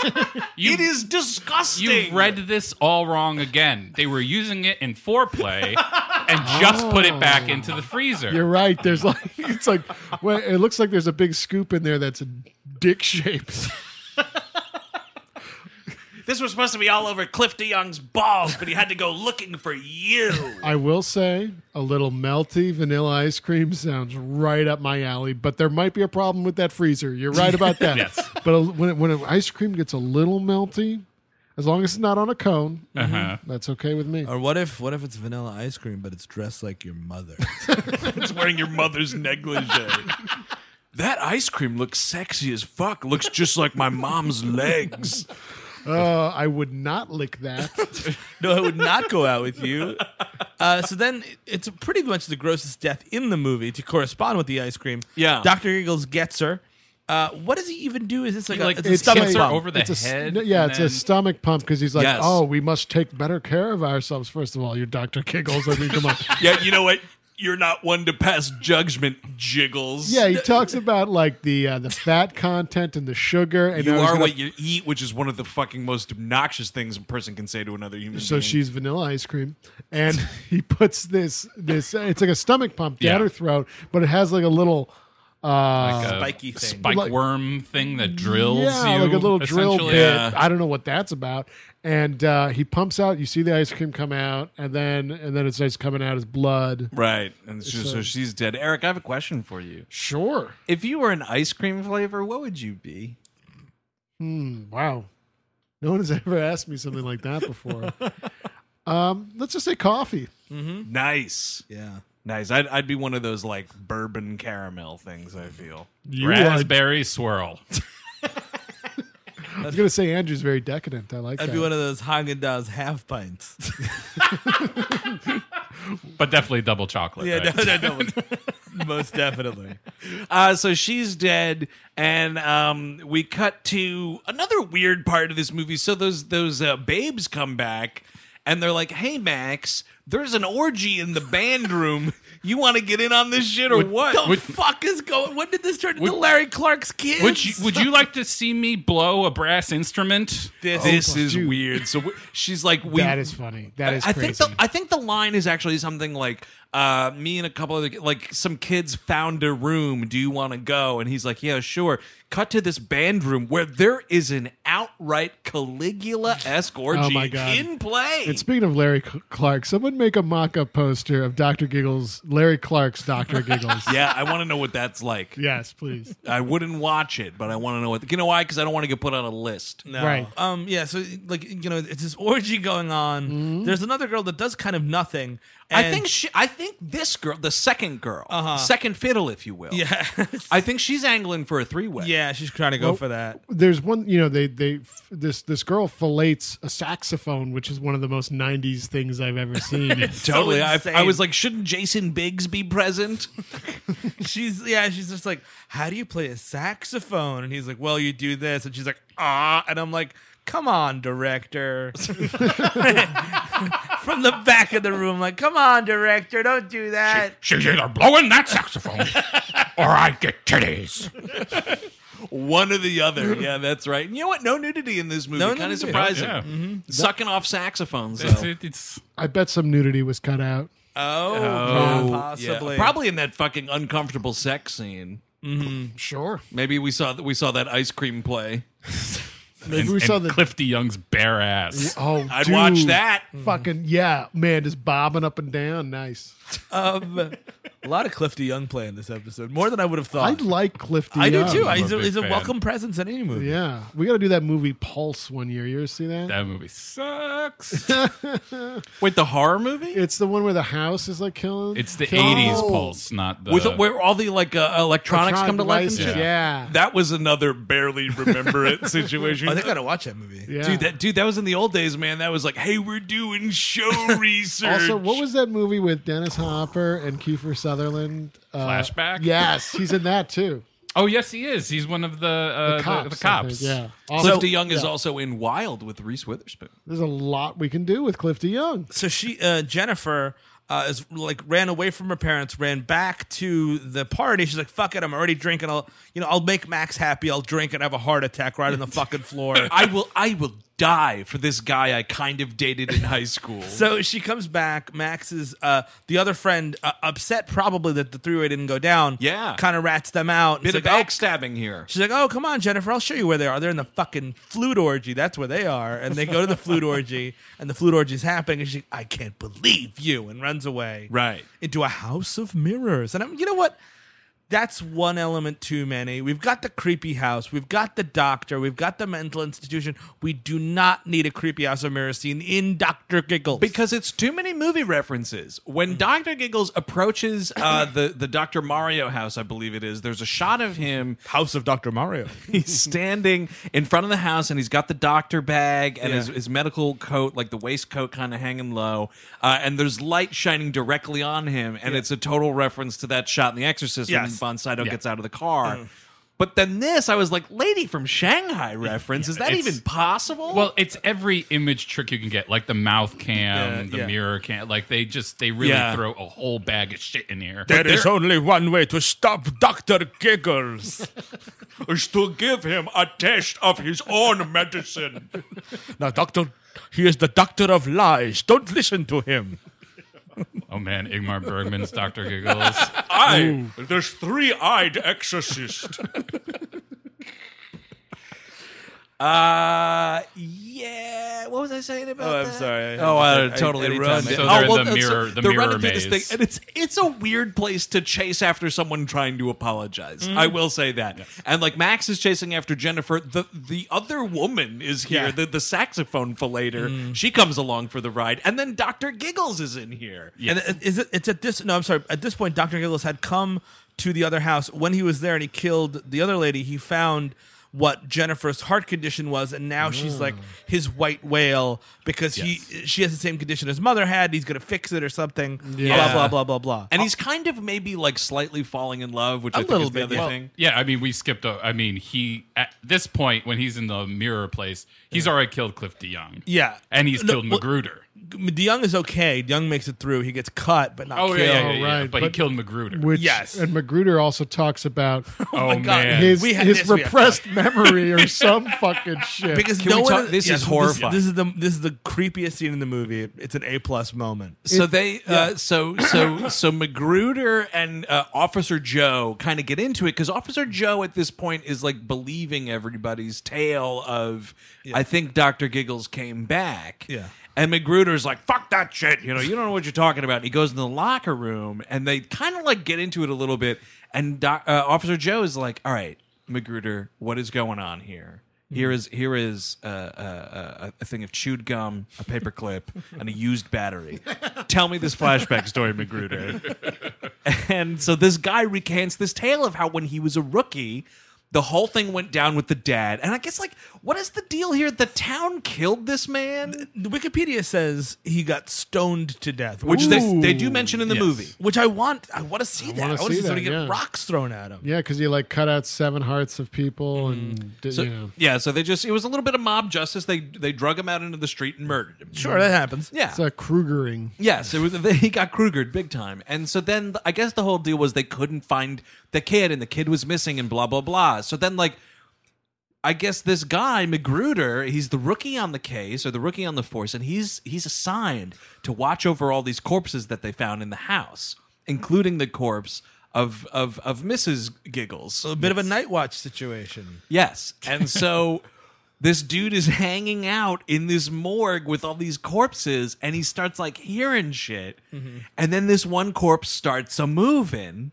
E: you, it
A: is disgusting.
E: You've read this all wrong again. They were using it in foreplay and just put it
A: Oh.
E: back into the freezer.
C: [LAUGHS] You're right. There's like [LAUGHS] it's like well, it looks like there's a big scoop in there that's a dick [LAUGHS] shaped.
A: This was supposed to be all over Cliff DeYoung's balls, but he had to go looking for you.
C: I will say a little melty vanilla ice cream sounds right up my alley, but there might be a problem with that freezer. You're right
A: [LAUGHS]
C: about that.
U: Yes.
C: But a- when it, when it, ice cream gets a little melty, as long as it's not on a cone,
B: Uh-huh.
C: that's okay with me.
B: Or what if what if it's vanilla ice cream, but it's dressed like your mother?
A: it's wearing your mother's negligee. that ice cream looks sexy as fuck. Looks just like my mom's legs.
C: Uh, I would not lick
A: [LAUGHS]
C: that.
B: [LAUGHS] no, I would not go out with you. Uh, so then it's pretty much the grossest death in the movie to correspond with the ice cream.
A: Yeah.
B: Dr. Eagles gets her. Uh, what does he even do? Is this like,
E: He,
B: a,
E: like,
B: it's a stomach
C: like-
B: bump?
C: it's a s- yeah, it's a stomach pump because he's like,
A: Yes.
C: oh, we must take better care of ourselves. First of all, you're Dr. [LAUGHS] Giggles. I mean,
A: [LAUGHS]
C: come on.
A: yeah, you know what? You're not one to pass judgment, jiggles.
C: Yeah, he talks about like the uh, the fat content and the sugar. And
A: you
C: now he's
A: are
C: gonna-
A: what you eat, which is one of the fucking most obnoxious things a person can say to another human
C: So
A: being.
C: she's vanilla ice cream, and [LAUGHS] he puts this this. It's like a stomach pump down
E: Yeah.
C: her throat, but it has like a little uh,
E: like a spike
C: Like-
E: worm thing that drills
C: yeah,
E: you,
C: like a little drill
E: essentially.
C: bit. I don't know what that's about. And uh, he pumps out. You see the ice cream come out, and then and then it starts coming out as blood.
A: Right. And so,
C: So-
A: so she's dead. Eric, I have a question for you.
C: Sure.
A: If you were an ice cream flavor, what would you be?
C: Hmm, wow. No one has ever asked me something like that before. um, let's just say coffee.
A: Mm-hmm. Nice.
B: Yeah.
A: Nice. I'd, I'd be one of those like bourbon caramel things, I feel.
C: You
E: Raspberry swirl.
C: I was gonna say Andrew's very decadent. I like
B: That'd
C: that.
B: be one of those Haagen Dazs half pints.
E: but definitely double chocolate.
B: yeah,
E: right?
B: no, no, no, most definitely.
A: Uh, so she's dead, and um, we cut to another weird part of this movie. So those those uh, babes come back, and they're like, "Hey, Max, there's an orgy in the band room. You want to get in on this shit or
E: Would-
A: what?"
E: The would-
B: fuck is going? When did this turn
E: Would-
B: Larry Clark's kids?
E: Would you, would you like to see me blow a brass instrument?
A: This, this is weird. So we, she's like, we,
C: that is funny. That is
A: I
C: crazy.
A: think the I think the line is actually something like uh, me and a couple other like some kids found a room. Do you want to go? And he's like, yeah, sure. Cut to this band room where there is an outright Caligula esque orgy
C: Oh my God.
A: in play.
C: And speaking of Larry C- Clark, someone make a mock-up poster of Doctor Giggles, Larry
B: [LAUGHS]
C: Clark's Doctor Giggles.
A: yeah, I want to know what [LAUGHS] that's like.
C: Yes, please.
A: I wouldn't watch it, but I want to know what. You know why? Because I don't want to get put on a list.
B: No. Um. Yeah. So, like, you know, it's this orgy going on. There's another girl that does kind of nothing.
A: I
B: [LAUGHS]
A: think she, I think this girl, the second girl,
B: Uh-huh.
A: second fiddle, if you will.
B: Yeah.
A: I think she's angling for a three way.
B: Yeah, she's trying to go
C: Well,
B: for that.
C: Oh, There's one, you know, they they this this girl fillets a saxophone, which is one of the most '90s things
B: [LAUGHS]
C: I've ever seen.
A: totally. I, I was like, shouldn't Jason Biggs be present?
B: she's yeah. She's just like, how do you play a saxophone? And he's like, well, you do this. And she's like, ah. And I'm like, come on, director. [LAUGHS] From the back of the room, like, come on, director, don't do that.
E: She's either blowing that
A: [LAUGHS]
E: saxophone or I get titties.
A: One or the other. Yeah, that's right. And you know what? No nudity in this movie.
B: No
A: kind of
B: nudity.
A: surprising.
B: Yeah.
A: Sucking off saxophones. Though.
E: It's- it's-
C: I bet some nudity was cut out.
B: Oh,
E: Oh,
B: yeah, possibly.
E: yeah. Probably in that fucking uncomfortable sex scene.
C: Sure.
E: Maybe we saw we saw that ice cream play.
C: Maybe we saw the-
I: Clifty Young's bare ass.
C: Oh,
E: I'd
C: dude. Mm-hmm.
E: watch that.
C: Fucking yeah, man, just bobbing up and down. Nice.
B: Um, a lot of Clifty Young play in this episode, more than I would have thought.
C: I like Clifty.
B: I do
C: Young.
B: too. he's a, he's a welcome presence in any movie.
C: Yeah, we got to do that movie Pulse one year. You ever see that?
I: That
E: [LAUGHS]
I: movie sucks.
E: Wait, the horror movie?
C: It's the one where the house is like killing.
I: It's the
C: killing-
I: '80s pulse, not the.
E: With where all the like uh, electronics
C: Electronic
E: come to life and
C: devices,
E: shit.
C: yeah.
E: That was another barely
A: [LAUGHS]
E: remember it situation.
B: I think I Oh, gotta watch that movie.
E: Dude, that dude, that was in the old days, man. That was like, hey, we're
A: [LAUGHS]
E: doing show research.
C: Also, what was that movie with Dennis Hopper and Kiefer Sutherland? Uh,
I: Flashback?
C: Yes, he's in that too.
I: Oh yes, he is. He's one of the [LAUGHS] uh, the
C: cops, I
I: cops. The,
C: think,
I: cops.
C: yeah.
E: Clifton
C: Also-
E: Young is
C: yeah.
E: also in Wild with Reese Witherspoon.
C: There's a lot we can do with Clifty Young.
B: So she, uh, Jennifer, uh, is like ran away from her parents, ran back to the party. She's like, "Fuck it, I'm already drinking. I'll, you know, I'll make Max happy. I'll drink and have a heart attack right on the fucking floor."
E: [LAUGHS] I will, I will die for this guy I kind of dated in high
B: [LAUGHS]
E: school.
B: So she comes back. Max is uh, the other friend, uh, upset probably that the three way didn't go down.
E: Yeah.
B: kind of rats them out. It's
E: bit of
B: like, oh,
E: backstabbing here.
B: She's like, "Oh, come on, Jennifer, I'll show you where they are. They're in the fucking flute orgy. That's where they are." And they go to the flute orgy, and the flute orgy is happening. And she, "I can't believe you," and runs away.
E: Right.
B: into a house of mirrors. And I'm, you know what? That's one element too many. We've got the creepy house. We've got the doctor. We've got the mental institution. We do not need a creepy house of mirrors scene in Doctor Giggles.
E: Because it's too many movie references.
I: Mm.
E: When Dr. Giggles approaches
I: [COUGHS]
E: uh, the, the Dr. Mario house, I believe it is, there's a shot of him.
B: House of Dr. Mario.
I: [LAUGHS]
E: He's standing in front of the house and he's got the doctor bag and his, his medical coat, like the waistcoat, kind of hanging low. Uh, and there's light shining directly on him. And it's a total reference to that shot in The Exorcist
B: Yes.
E: when Bonsido
B: Yeah.
E: gets out of the car.
I: Mm.
E: But then this, I was like, lady from Shanghai reference. is that
I: It's-
E: even possible?
I: Well, it's every image trick you can get, like the mouth cam,
E: Yeah,
I: the
E: yeah.
I: mirror cam. Like they just they really
A: Yeah.
I: throw a whole bag of shit in here.
A: There is only one way to stop Dr. [LAUGHS] Giggles is to give him a taste of his own medicine. [LAUGHS] now, Doctor, he is the doctor of lies. Don't listen to him.
I: Oh man, Igmar Bergman's Doctor Giggles.
A: I, this three eyed
E: [LAUGHS]
A: exorcist.
E: Uh, yeah. What was I saying about
B: Oh, I'm
E: that?
B: sorry.
E: Oh,
B: I-
E: I,
B: I-
E: totally
B: I
E: anytime
B: ruined
E: they-
B: it. So
E: oh,
B: they're in
E: well,
I: the mirror- the
E: they're
I: mirror
E: running through this
I: maze.
E: thing, and it's it's a weird place to chase after someone trying to apologize.
B: Mhm.
E: I will say that. And like Max is chasing after Jennifer. The the other woman is here.
B: Yeah.
E: The the saxophone filleter.
B: Mm.
E: She comes along for the ride, and then Doctor Giggles is in here.
B: And it- is it? It's at this. No, I'm sorry. At this point, Doctor Giggles had come to the other house when he was there, and he killed the other lady. He found what Jennifer's heart condition was, and now she's
E: Mm.
B: like his white whale because he she has the same condition his mother had. He's gonna fix it or something.
E: Yeah.
B: Blah blah blah blah blah.
E: And he's kind of maybe like slightly falling in love, which
B: A
E: I think
B: little
E: is the
B: bit,
E: other
B: yeah.
E: thing.
I: Yeah, I mean, we skipped. A, I mean, he at this point when he's in the mirror place, he's already killed Cliff DeYoung.
B: Yeah.
I: and he's
B: No,
I: killed
B: well-
I: Magruder.
B: DeYoung is okay. DeYoung makes it through. He gets cut, but not
I: Oh,
B: killed.
I: yeah, yeah, yeah, yeah. But, he killed Magruder.
C: Which,
B: Yes.
C: And Magruder also talks about
I: [LAUGHS] Oh, my God. man.
C: his,
I: We had
C: his
I: this, we had
C: repressed memory
I: [LAUGHS]
C: or some fucking shit.
B: Because
E: Can
B: no
E: we
B: one.
E: talk- this
B: yeah,
E: is
B: so
E: horrifying.
B: This, is the this is the creepiest scene in the movie. It's an A plus moment.
E: So they, uh, so so so Magruder and uh, Officer Joe kind of get into it because Officer Joe at this point is like believing everybody's tale of, I think Doctor Giggles came back.
B: Yeah.
E: And Magruder's like, fuck that shit. You know, you don't know what you're talking about. And he goes in the locker room and they kind of like get into it a little bit. And Doc, uh, Officer Joe is like, all right, Magruder, what is going on here? Here is here is uh, uh, uh, a thing of chewed gum, a paper clip, and a used battery. Tell me this flashback story, Magruder. And so this guy recants this tale of how when he was a rookie, the whole thing went down with the dad. And I guess like, what is the deal here? The town killed this man.
B: The Wikipedia says he got stoned to death,
E: Which they- they do mention in the Yes. movie.
B: Which I want. I want to see that. I
C: wanna
B: want to
C: see
B: see somebody
C: that,
B: get
C: yeah.
B: rocks thrown at him.
C: yeah, because he like cut out seven hearts of people
I: Mm.
C: and did,
E: So,
C: you know.
E: yeah, so they just it was a little bit of mob justice. They they drug him out into the street and murdered him.
B: Sure, that happens.
E: Yeah.
C: It's a Krugering.
E: Yes, it was, [LAUGHS] he got Krugered big time. And so then I guess the whole deal was they couldn't find the kid and the kid was missing and blah, blah, blah. So then, like, I guess this guy Magruder, he's the rookie on the case or the rookie on the force, and he's he's assigned to watch over all these corpses that they found in the house, including the corpse of of of Mrs. Giggles. So
B: a bit of a night watch situation.
E: Yes. And so this dude is hanging out in this morgue with all these corpses and he starts like hearing shit. And then this one corpse starts a moving.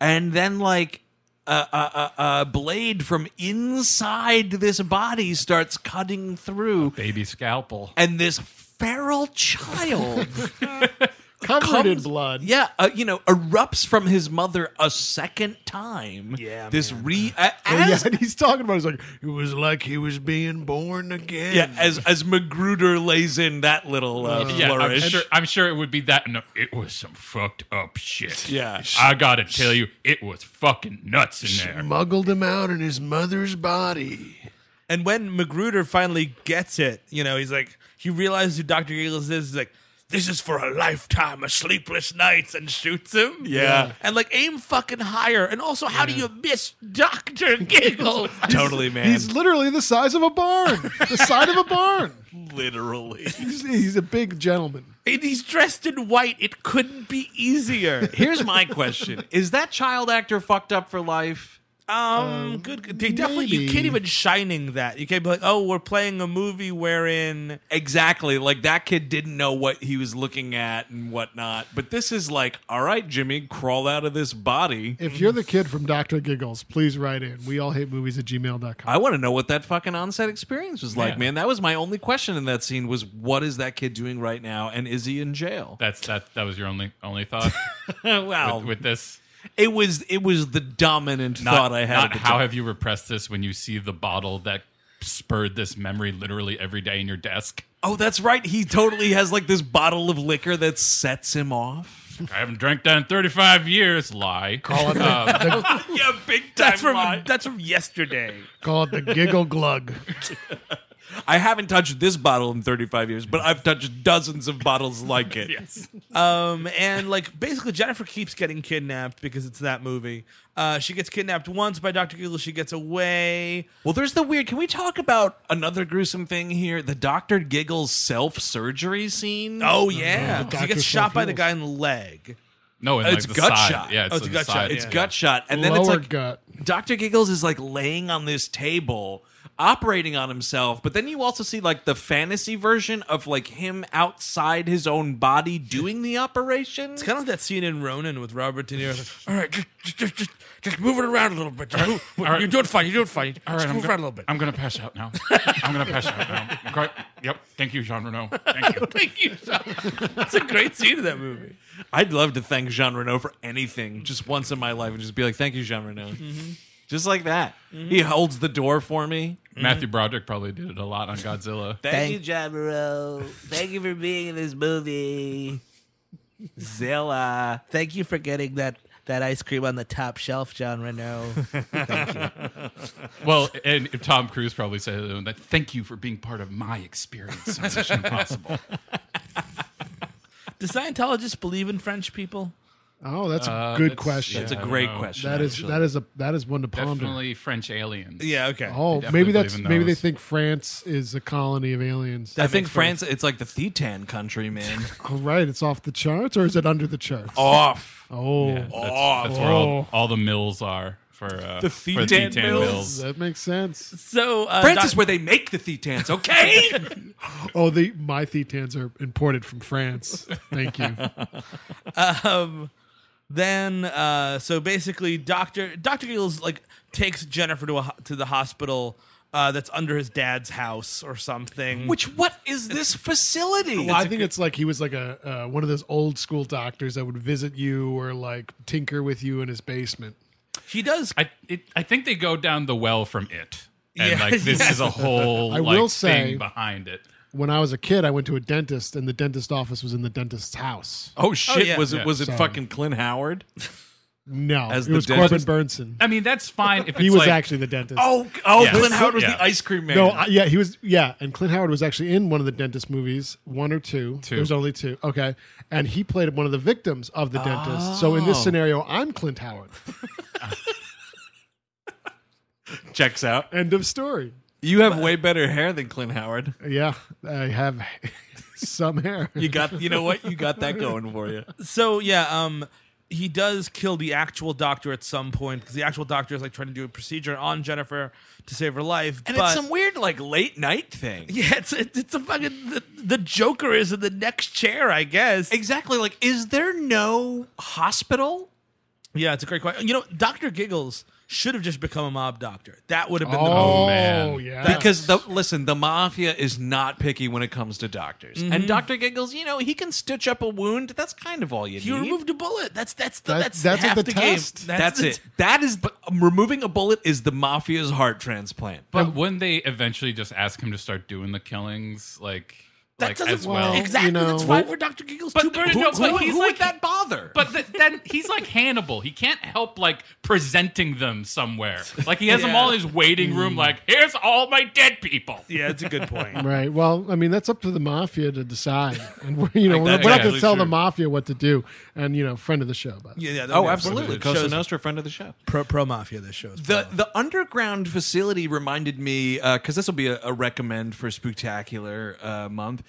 E: And then like a, a, a, a blade from inside this body starts cutting through.
I: baby scalpel.
E: And this feral child [LAUGHS]
C: covered
E: in blood. Yeah, uh, you know, erupts from his mother a second time. Yeah, this re uh,
C: [LAUGHS] And
E: as
C: yet he's talking about. It, he's like, it was like he was being born again.
E: yeah as as Magruder lays in that little uh,
I: yeah, I'm
E: flourish.
I: sure, I'm sure it would be that. No, it was some fucked up shit.
E: Yeah.
I: I gotta tell you, it was fucking nuts in there.
C: smuggled him out in his mother's body.
B: And when Magruder finally gets it, you know, he's like, he realizes who E Dr. Giggles is. He's like, this is for a lifetime of sleepless nights and shoots him.
E: Yeah.
B: And like, aim fucking higher. And also, how do you miss Dr. Giggles?
E: [LAUGHS] Totally, man.
C: He's literally the size of a barn. the side of a barn.
B: Literally. [LAUGHS]
C: [LAUGHS] He's, he's a big gentleman.
B: And he's dressed in white. It couldn't be easier.
E: [LAUGHS] Here's my question: Is that child actor fucked up for life?
B: Um, good. good. They definitely you
E: maybe.
B: can't even shining that. You can't be like, oh, we're playing a movie wherein
E: Exactly. Like that kid didn't know what he was looking at and whatnot. But this is like, all right, Jimmy, crawl out of this body.
C: If you're the kid from Dr. Giggles, please write in. We all hate movies at gmail.com.
E: I want to know what that fucking on-set experience was like,
C: Yeah.
E: man. That was my only question in that scene was what is that kid doing right now and is he in jail?
B: [LAUGHS]
I: That's that. That was your only only [LAUGHS] thought.
E: wow.
I: with, with this,
E: It was it was the dominant
I: not,
E: thought I had.
I: Not
E: at the
I: how
E: time.
I: have you repressed this when you see the bottle that spurred this memory literally every day in your desk?
E: oh, that's right. He totally has like this bottle of liquor that sets him off.
I: I haven't drank that in 35 years. Lie. Call it.
B: yeah, big time. That's from that's from yesterday. [LAUGHS]
C: Call it the Giggle [LAUGHS] Glug.
E: I haven't touched this bottle in 35 years, but I've touched dozens of bottles like
I: [LAUGHS]
E: it. yes.
B: Um, and like basically, Jennifer keeps getting kidnapped because it's that movie. Uh, she gets kidnapped once by Doctor Giggles. She gets away.
E: Well, there's the weird. Can we talk about another gruesome thing here? The Dr. Giggles self surgery scene.
B: Oh yeah, 'Cause he gets shot by the guy in the leg.
I: No, in, like,
E: it's
I: the
E: gut
I: side.
E: shot.
I: Yeah, it's
E: oh, it's
I: in the
E: gut
I: side,
E: shot. It's
I: yeah.
E: gut shot, and then it's
C: Lower
E: like
C: gut.
E: Doctor Giggles is like laying on this table, operating on himself. But then you also see like the fantasy version of like him outside his own body doing the operation. It's
B: kind of like that scene in Ronin with Robert De Niro. It's like,
V: All right, just, just, just, just, just move it around a little bit. Just move-
B: [LAUGHS]
V: move- You're doing fine. You're doing fine.
I: All right,
V: just
I: I'm
V: move
I: go-
V: around a little bit.
I: I'm gonna pass out now. I'm gonna pass out now. Okay. Yep. Thank you, Jean Renault. Thank you.
B: Thank you. That's a great scene in that movie.
E: I'd love to thank Jean Reno for anything just once in my life and just be like, thank you, Jean Reno. Just like that. He holds the door for me.
I: Matthew Broderick probably did it a lot on Godzilla.
E: Thank, you, John Moreau. Thank you for being in this movie. Zilla.
B: Thank you for getting that that ice cream on the top shelf, John [LAUGHS] Renault.
I: Well, and Tom Cruise probably said "Oh, that. Thank you for being part of my experience on Mission Impossible.
B: Do Scientologists believe in French people?
C: Oh, that's a
I: Uh,
C: good
I: that's-
C: question.
I: yeah, That's a I don't great know. question,
C: That is
I: actually.
C: that is a that is one to ponder.
I: Definitely French aliens.
B: Yeah, okay.
C: Oh, maybe that's maybe they think France is a colony of aliens.
E: I think France, it's like the Thetan country,
I: [LAUGHS]
E: man.
C: All right, it's off the charts or is it under the charts?
E: Off.
C: Oh,
I: that's, that's where all, all the mills are for uh,
C: The
I: for
C: Thetan
I: Thetan
C: mills.
I: mills.
C: That makes sense.
B: So uh,
E: France is
B: Doc-
E: where they make the Thetans, [LAUGHS] okay?
C: Oh, the my thetans are imported from France. Thank
I: [LAUGHS]
C: you.
B: um, then uh, so basically, Doctor Doctor Giggles like takes Jennifer to a ho- to the hospital uh, that's under his dad's house or something.
E: Which what is this facility?
C: Well, I think it's like he was like a uh, one of those old school doctors that would visit you or like tinker with you in his basement.
B: He does.
I: I it, I think they go down the well from it, and
C: Yeah,
I: like this
C: yeah.
I: is a whole
C: I
I: like,
C: will say-
I: thing behind it.
C: When I was a kid, I went to a dentist, and the dentist office was in the dentist's house.
E: Oh shit!
I: yeah.
E: Was it
I: Yeah.
E: was it
C: So-
E: fucking Clint Howard?
C: No,
E: As
C: it
E: the
C: was
E: dentist?
C: Corbin Burnson.
I: I mean, that's fine if it's
C: He was
I: like-
C: actually the dentist.
E: Oh, oh,
I: Yes.
E: Clint Howard was
I: Yeah.
E: the ice cream man.
C: No, I, yeah, he was. Yeah, and Clint Howard was actually in one of the dentist movies, one or two.
I: Two.
C: There's only two. Okay, and he played one of the victims of the dentist. So in this
E: Oh.
C: scenario, I'm Clint Howard.
E: checks out.
C: End of story.
E: You have way better hair than Clint Howard.
C: Yeah, I have [LAUGHS] some hair.
E: You got, you know what? You got that going for you.
B: So yeah, um, he does kill the actual doctor at some point because the actual doctor is like trying to do a procedure on Jennifer to save her life.
E: [LAUGHS] And
B: but-
E: it's some weird like late night thing.
B: [LAUGHS] yeah, it's it's it's a fucking the, the Joker is in the next chair, I guess.
E: Exactly. Like, is there no hospital?
B: Yeah, it's a great question. You know, Doctor Giggles should have just become a mob doctor. That would have been the
E: Oh,
C: man. yeah.
E: Because the, listen, the mafia is not picky when it comes to doctors. And
B: Mhm.
E: Dr. Giggles, you know, he can stitch up a wound. That's kind of all you
B: He
E: need.
B: removed a bullet. That's that's the,
E: That-
B: that's
E: that's
B: half
E: what
B: the
E: the
B: game.
E: That's,
B: the-
E: it. That is the, um, removing a bullet is the mafia's heart transplant.
I: But wouldn't they eventually just ask him to start doing the killings, like
B: That
I: like
B: doesn't
I: as well?
B: exactly. That's fine for Doctor Giggles. But,
I: no, no, but he's like-
B: would that bother?
I: But th- then he's like Hannibal. He can't help like presenting them somewhere. Like he has them
B: Yeah.
I: all in his waiting room. Like here's all my dead people.
B: Yeah, that's a good
I: [LAUGHS]
B: point.
C: Right. Well, I mean, that's up to the mafia to
E: [LAUGHS]
C: decide, and we're, you know,
E: Like,
C: we're,
E: that's
C: we're not going
E: actually
C: to tell
E: true.
C: the mafia what to do. And you know, friend of the show, but
B: Yeah, yeah.
E: Oh, absolutely. Cosa Nostra, friend of the show.
B: Pro, pro mafia. This [LAUGHS] show.
E: The the underground facility reminded me because this will be a, a recommend for Spooktacular uh, month.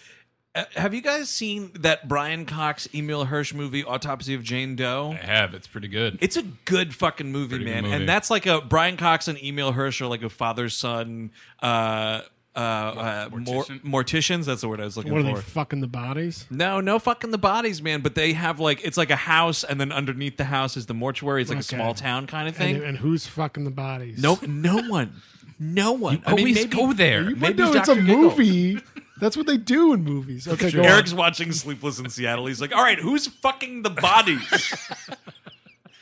E: Uh, have you guys seen that Brian Cox Emil Hirsch movie Autopsy of Jane Doe?
I: I have. It's pretty good.
E: It's a good fucking movie,
I: Pretty good
E: man.
I: movie.
E: And that's like a Brian Cox and Emil Hirsch are like a father son. Uh, uh, uh, mor- morticians. That's the word I was looking
C: what are
E: for.
C: they fucking the bodies?
E: No, no fucking the bodies, man. But they have like it's like a house, and then underneath the house is the mortuary. It's like
C: Okay.
E: a small town kind of
C: And,
E: thing.
C: and who's fucking the bodies?
E: no, no one, no one. I mean,
C: always
E: maybe,
C: go
I: there.
C: You- but no, it's a movie. [LAUGHS] That's what they do in movies. Okay, go
E: Eric's
C: on.
E: watching Sleepless in Seattle. He's like, "All right, who's fucking the bodies?
I: [LAUGHS]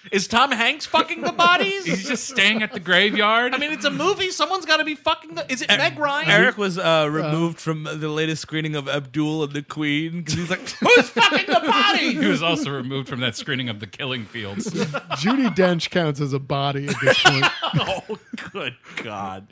E: Is Tom Hanks fucking the bodies?
I: [LAUGHS] He's just staying at the graveyard.
E: I mean, it's a movie. Someone's got to be fucking. The- Is it Meg Ryan?
B: Eric was uh, removed from the latest screening of Abdul and the Queen because he's
E: [LAUGHS]
B: like, "Who's fucking the body?"
I: He was also removed from that screening of the
E: [LAUGHS]
I: Killing Fields.
C: Judy Dench counts as a body at this
I: [LAUGHS]
C: point.
E: oh, [LAUGHS] good God.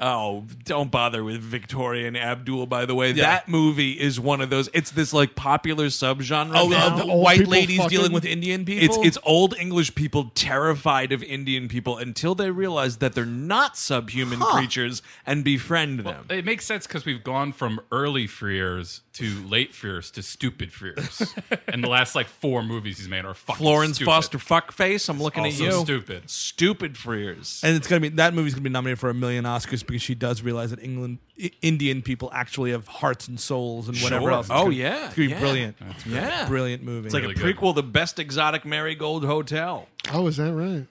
E: Oh, don't bother with Victoria and Abdul, by the way.
B: Yeah.
E: That movie is one of those. It's this like popular subgenre.
B: Oh,
E: now.
B: of Old white people ladies fucking- dealing with Indian people?
E: It's, it's old English people terrified of Indian people until they realize that they're not subhuman
I: Huh.
E: creatures and befriend them.
I: It makes sense because we've gone from early Frears to late Frears to stupid Frears, and the last like four movies he's made are fucking
E: Florence
I: stupid.
E: Foster fuckface, I'm looking
I: Also
E: at you.
I: stupid.
E: Stupid [LAUGHS] Frears.
B: And it's gonna be that movie's gonna be nominated for a million Oscars because she does realize that England I- Indian people actually have hearts and souls and whatever
E: Sure.
B: else. It's
E: Oh,
B: gonna-
E: yeah,
B: it's gonna be
E: yeah. [LAUGHS]
B: brilliant.
E: That's great. Yeah.
B: brilliant movie.
E: It's like a
B: Really good.
E: prequel to Best Exotic Marigold Hotel.
C: Oh, is that right?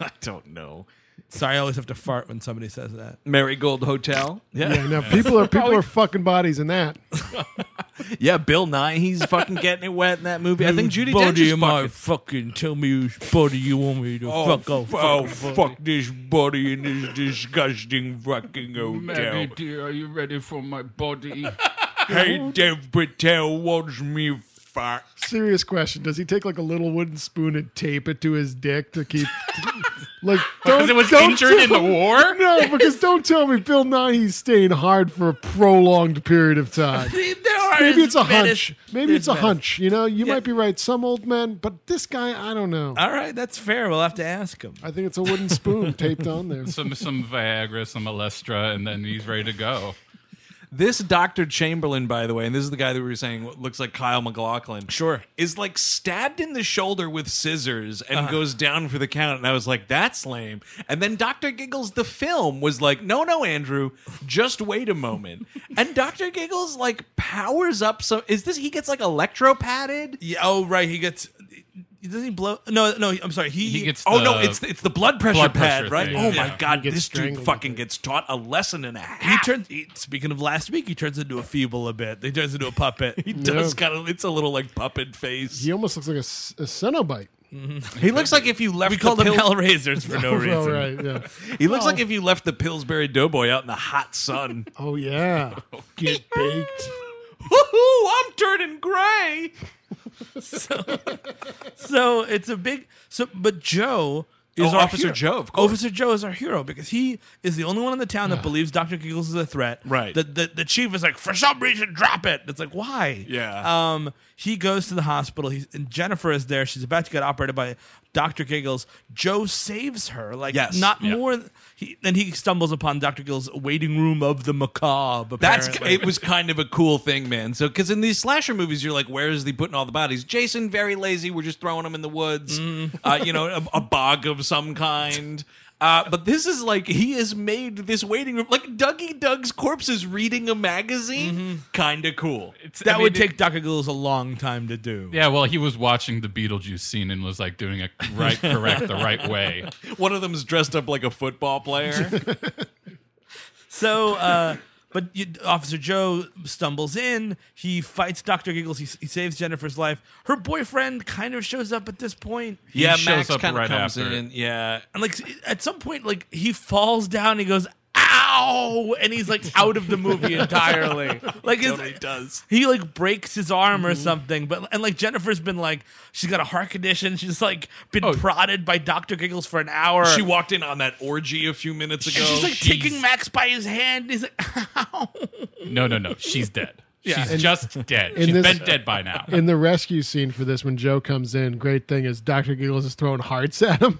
E: [LAUGHS] I don't know.
B: Sorry, I always have to fart when somebody says that.
E: Marigold Hotel. Yeah.
C: Yeah. Now people are people are fucking bodies in that.
E: Yeah, Bill Nye, he's fucking getting it wet in that movie. I think Judy Dench
B: body
E: is
B: in my
E: fucking.
B: fucking tell me whose body you want me to
E: Oh,
B: fuck off.
E: oh, fuck this body in [LAUGHS] this disgusting fucking hotel.
I: dear, are you ready for my body?
E: Hey, Dev Patel wants me fart.
C: Serious question: Does he take like a little wooden spoon and tape it to his dick to
I: [LAUGHS]
C: keep? Like,
I: Because
C: don't-
I: it was
C: don't
I: injured in
C: tell-
I: the war?
C: [LAUGHS] No, because don't tell me Bill Nighy's staying hard for a prolonged period of time. Maybe it's a hunch. Maybe it's a hunch. You know, you might be right. Some old men, but this guy, I don't know.
B: All right, that's fair. We'll have to ask him.
C: I think it's a wooden spoon taped on there.
I: some some Viagra, some Alestra, and then he's ready to go.
E: This Dr. Chamberlain, by the way, and this is the guy that we were saying looks like Kyle McLaughlin. Sure. Is like stabbed in the shoulder with scissors and
B: Uh-huh.
E: goes down for the count. And I was like, that's lame. And then Dr. Giggles, the film, was like, no, no, Andrew, just wait
B: [LAUGHS]
E: a moment. and Dr. Giggles, like, powers up some. Is this, he gets like electro padded?
B: Yeah, oh right, he gets. Does he blow? No, no. I'm sorry. He,
E: He gets Oh, the- no, it's- it's the blood pressure blood pressure pad, right? thing. Oh, my Yeah. God, He gets this dude strangled, I fucking gets taught a lesson and a half.
B: He turns. He, speaking of last week, he turns into a feeble a bit. He turns into a puppet.
E: [LAUGHS] He does kind of, it's a little like puppet face.
C: He almost looks like a, s- a Cenobite.
E: He looks like if you left.
B: We called
E: the
B: them
E: pill-
B: Hellraisers for [LAUGHS] no
C: Oh,
B: reason.
C: right, yeah.
E: [LAUGHS] He looks
C: Well-
E: like if you left the Pillsbury Doughboy out in the hot sun.
C: Oh yeah, get baked.
E: Woohoo! I'm turning gray.
B: so, so it's a big. So, but Joe
E: Oh,
B: is our
E: Officer
B: hero.
E: Joe, of course.
B: Officer Joe is our hero because he is the only one in the town that believes Doctor Giggles is a threat.
E: Right.
B: The, the the chief is like, for some reason, drop it. It's like, why?
E: Yeah.
B: Um. He goes to the hospital. He's and Jennifer is there. She's about to get operated by Dr. Giggles, Joe saves her. Like,
E: Yes.
B: not
E: Yeah.
B: more. He, then he stumbles upon Dr. Giggles' waiting room of the macabre.
E: That's
B: apparently.
E: it was kind of a cool thing, man. So because in these slasher movies, you're like, where is he putting all the bodies? Jason very lazy. We're just throwing him in the woods,
B: Mm.
E: uh, you know, a, a bog of some kind. Uh, but this is like he has made this waiting room like Dougie Doug's corpse is reading a magazine.
B: Mm-hmm.
E: Kind of cool.
B: that would take Dr. Giggles a long time to do.
I: Yeah, well, he was watching the Beetlejuice scene and was like doing it right, correct, the right way.
E: One of them's dressed up like a
B: [LAUGHS]
E: football player.
B: So, uh, but you, Officer Joe stumbles in. He fights Dr. Giggles. He, he saves Jennifer's life. Her boyfriend kind of shows up at this point.
E: yeah, Max kind of comes in. Yeah,
B: And like at some point, like he falls down. He goes, "Ow!" and he's like out of the movie
E: [LAUGHS]
B: entirely. Like it's-
E: Totally does.
B: he like breaks his arm or
E: Mhm.
B: something. But and like Jennifer's been like she's got a heart condition. She's like been prodded by Doctor Giggles for an hour.
E: Oh. she walked in on that orgy a few minutes ago.
B: She's like taking Max by his hand. He's like,
I: No, no, no. She's dead.
B: Yeah.
I: She's
B: And-
I: just dead.
C: in
I: She's
C: this-
I: been dead by now.
C: In the rescue scene for this, when Joe comes in, great thing is Dr. Giggles is throwing hearts at him.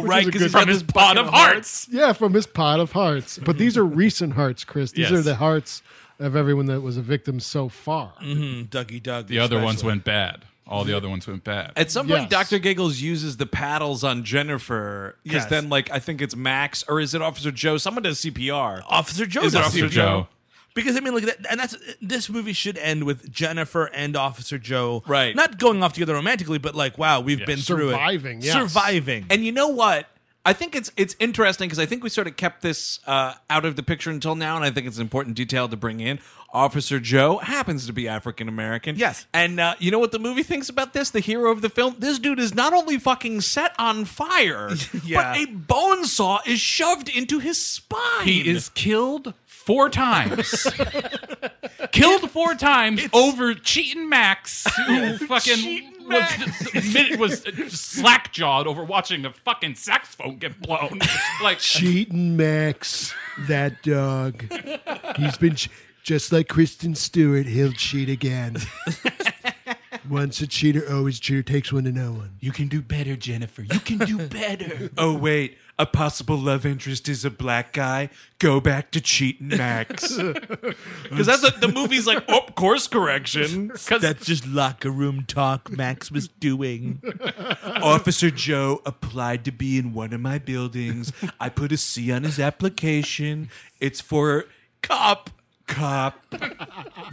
C: [LAUGHS] Which
E: right,
C: is a
E: because
C: good
E: he's got
C: thing.
E: this pot of hearts.
C: [LAUGHS] Yeah, from his pot of hearts. But these are recent hearts, Chris. These
I: Yes.
C: are the hearts of everyone that was a victim so far.
B: mm-hmm, Dougie Doug.
I: The other ones
B: especially.
I: went bad. All the other ones went bad.
E: At some point, Dr. Giggles uses the paddles on Jennifer because
I: Yes.
E: then, like, I think it's Max or is it Officer Joe? Someone does CPR.
B: Officer Joe
E: Is it
B: does
E: Officer
B: CPR.
E: Joe?
B: Because I mean, like, that, and that's this movie should end with Jennifer and Officer Joe,
E: Right.
B: Not going off together romantically, but like, wow, we've been through it, surviving.
E: And you know what? I think it's it's interesting because I think we sort of kept this uh, out of the picture until now, and I think it's an important detail to bring in. Officer Joe happens to be African American. Yes, and uh, you know what the movie thinks about this? The hero of the film. This dude is not only fucking set on
I: [LAUGHS]
E: fire, but a bone saw is shoved into his spine.
I: He is killed
E: [LAUGHS]
I: four times. killed four times over cheating Max,
E: [LAUGHS]
I: who fucking was, minute was slack jawed over watching the fucking saxophone
E: [LAUGHS]
I: get blown. Like
C: Cheating Max, that dog. He's been ch- just like Kristen Stewart. He'll cheat again. Once a cheater, always a cheater. Takes one to know one.
E: You can do better, Jennifer. You can do better.
N: Oh wait, a possible love interest is a black guy. Go back to cheating Max.
E: Because that's what the movie's like. Oh, course correction.
B: That's just locker room talk Max was doing.
N: Officer Joe applied to be in one of my buildings. I put a C on his application. It's for cop. Cop.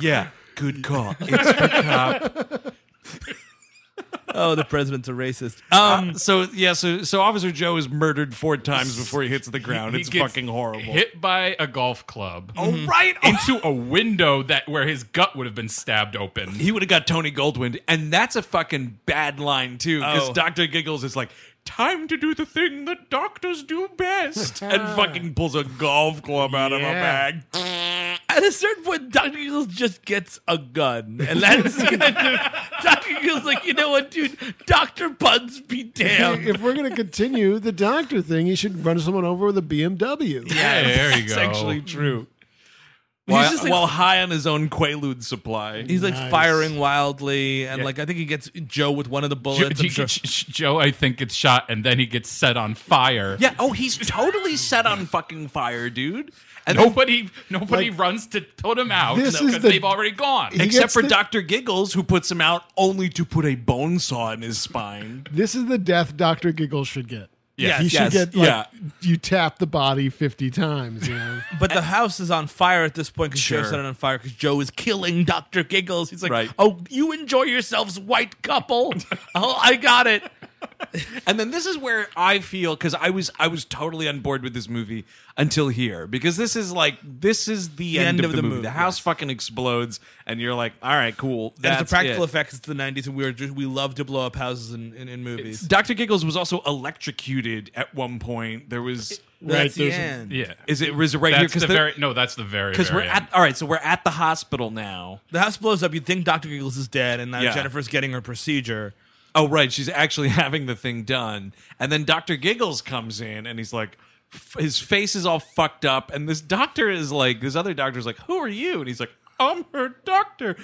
N: Yeah, good call. It's for cop.
B: oh, the president's a racist.
E: Um. so yeah. So so Officer Joe is murdered four times before he hits the ground.
I: He
E: it's
I: gets
E: fucking horrible.
I: Hit by a golf club. Mm-hmm.
E: Oh, right.
I: Into a window that where his gut would have been stabbed open.
E: He would have got Tony Goldwyn, and that's a fucking bad line too. Because
I: Oh.
E: Doctor Giggles is like, "Time to do the thing that doctors do [LAUGHS] best," and fucking pulls a golf club out of a [LAUGHS] bag.
B: At a certain point, Dr. Giggles just gets a gun. And that's Dr. Giggles like, you know what, dude? Dr. Buds be damned.
C: If we're gonna continue the doctor thing, he should run someone over with a BMW.
E: [LAUGHS] Yeah,
I: there you
E: it's
I: go.
E: actually true.
B: He's
E: While,
B: just like-
E: while high on his own Quaalude supply,
B: He's like firing wildly, and
I: Yeah.
B: like I think he gets Joe with one of the
I: Joe,
B: bullets.
I: he
B: I'm sure.
I: gets- sh- Joe, I think gets shot and then he gets set on fire.
E: Yeah. Oh, he's totally set on fucking fire, dude. And
I: nobody, nobody runs to put him out
E: This is
I: because
E: the-
I: they've already gone.
E: then- except for Doctor Giggles, who puts him out only to put a bone saw in his spine.
C: This is the death Doctor Giggles should get.
E: Yes,
C: he should
E: yes,
C: get. Like,
E: yeah.
C: you tap the body fifty times. You know?
B: But the house is on fire at this point because
C: Sure.
B: Joe set it on fire because Joe is killing Dr. Giggles. He's like,
E: Right.
B: oh, you enjoy yourselves, white couple. oh, I got it.
E: and then this is where I feel because I was I was totally on board with this movie until here because this is like this is the, end, of, the movie. The house fucking explodes, and you're like, all right, cool.
B: And it's
E: That's
B: a practical
E: it.
B: effects. It's the 90s, and we were just, we love to blow up houses in, in, in movies.
E: Dr. Giggles was also electrocuted at one point. There was
B: That's the end.
I: Yeah.
E: Is it was it right
I: that's
E: here? 'Cause
I: the
E: there-
I: very no, that's
E: [LAUGHS]
I: the very
E: Because we're
I: very end.
E: at all right, so we're at the hospital now.
B: The house blows up. You think Dr. Giggles is dead, and now
E: Yeah.
B: Jennifer's getting her procedure.
E: Oh right, she's actually [LAUGHS] having the thing done, and then Doctor Giggles comes in, and he's like, f- his face is all fucked up, and this doctor [LAUGHS] is like, this other doctor's like, who are you? And he's like, I'm her doctor.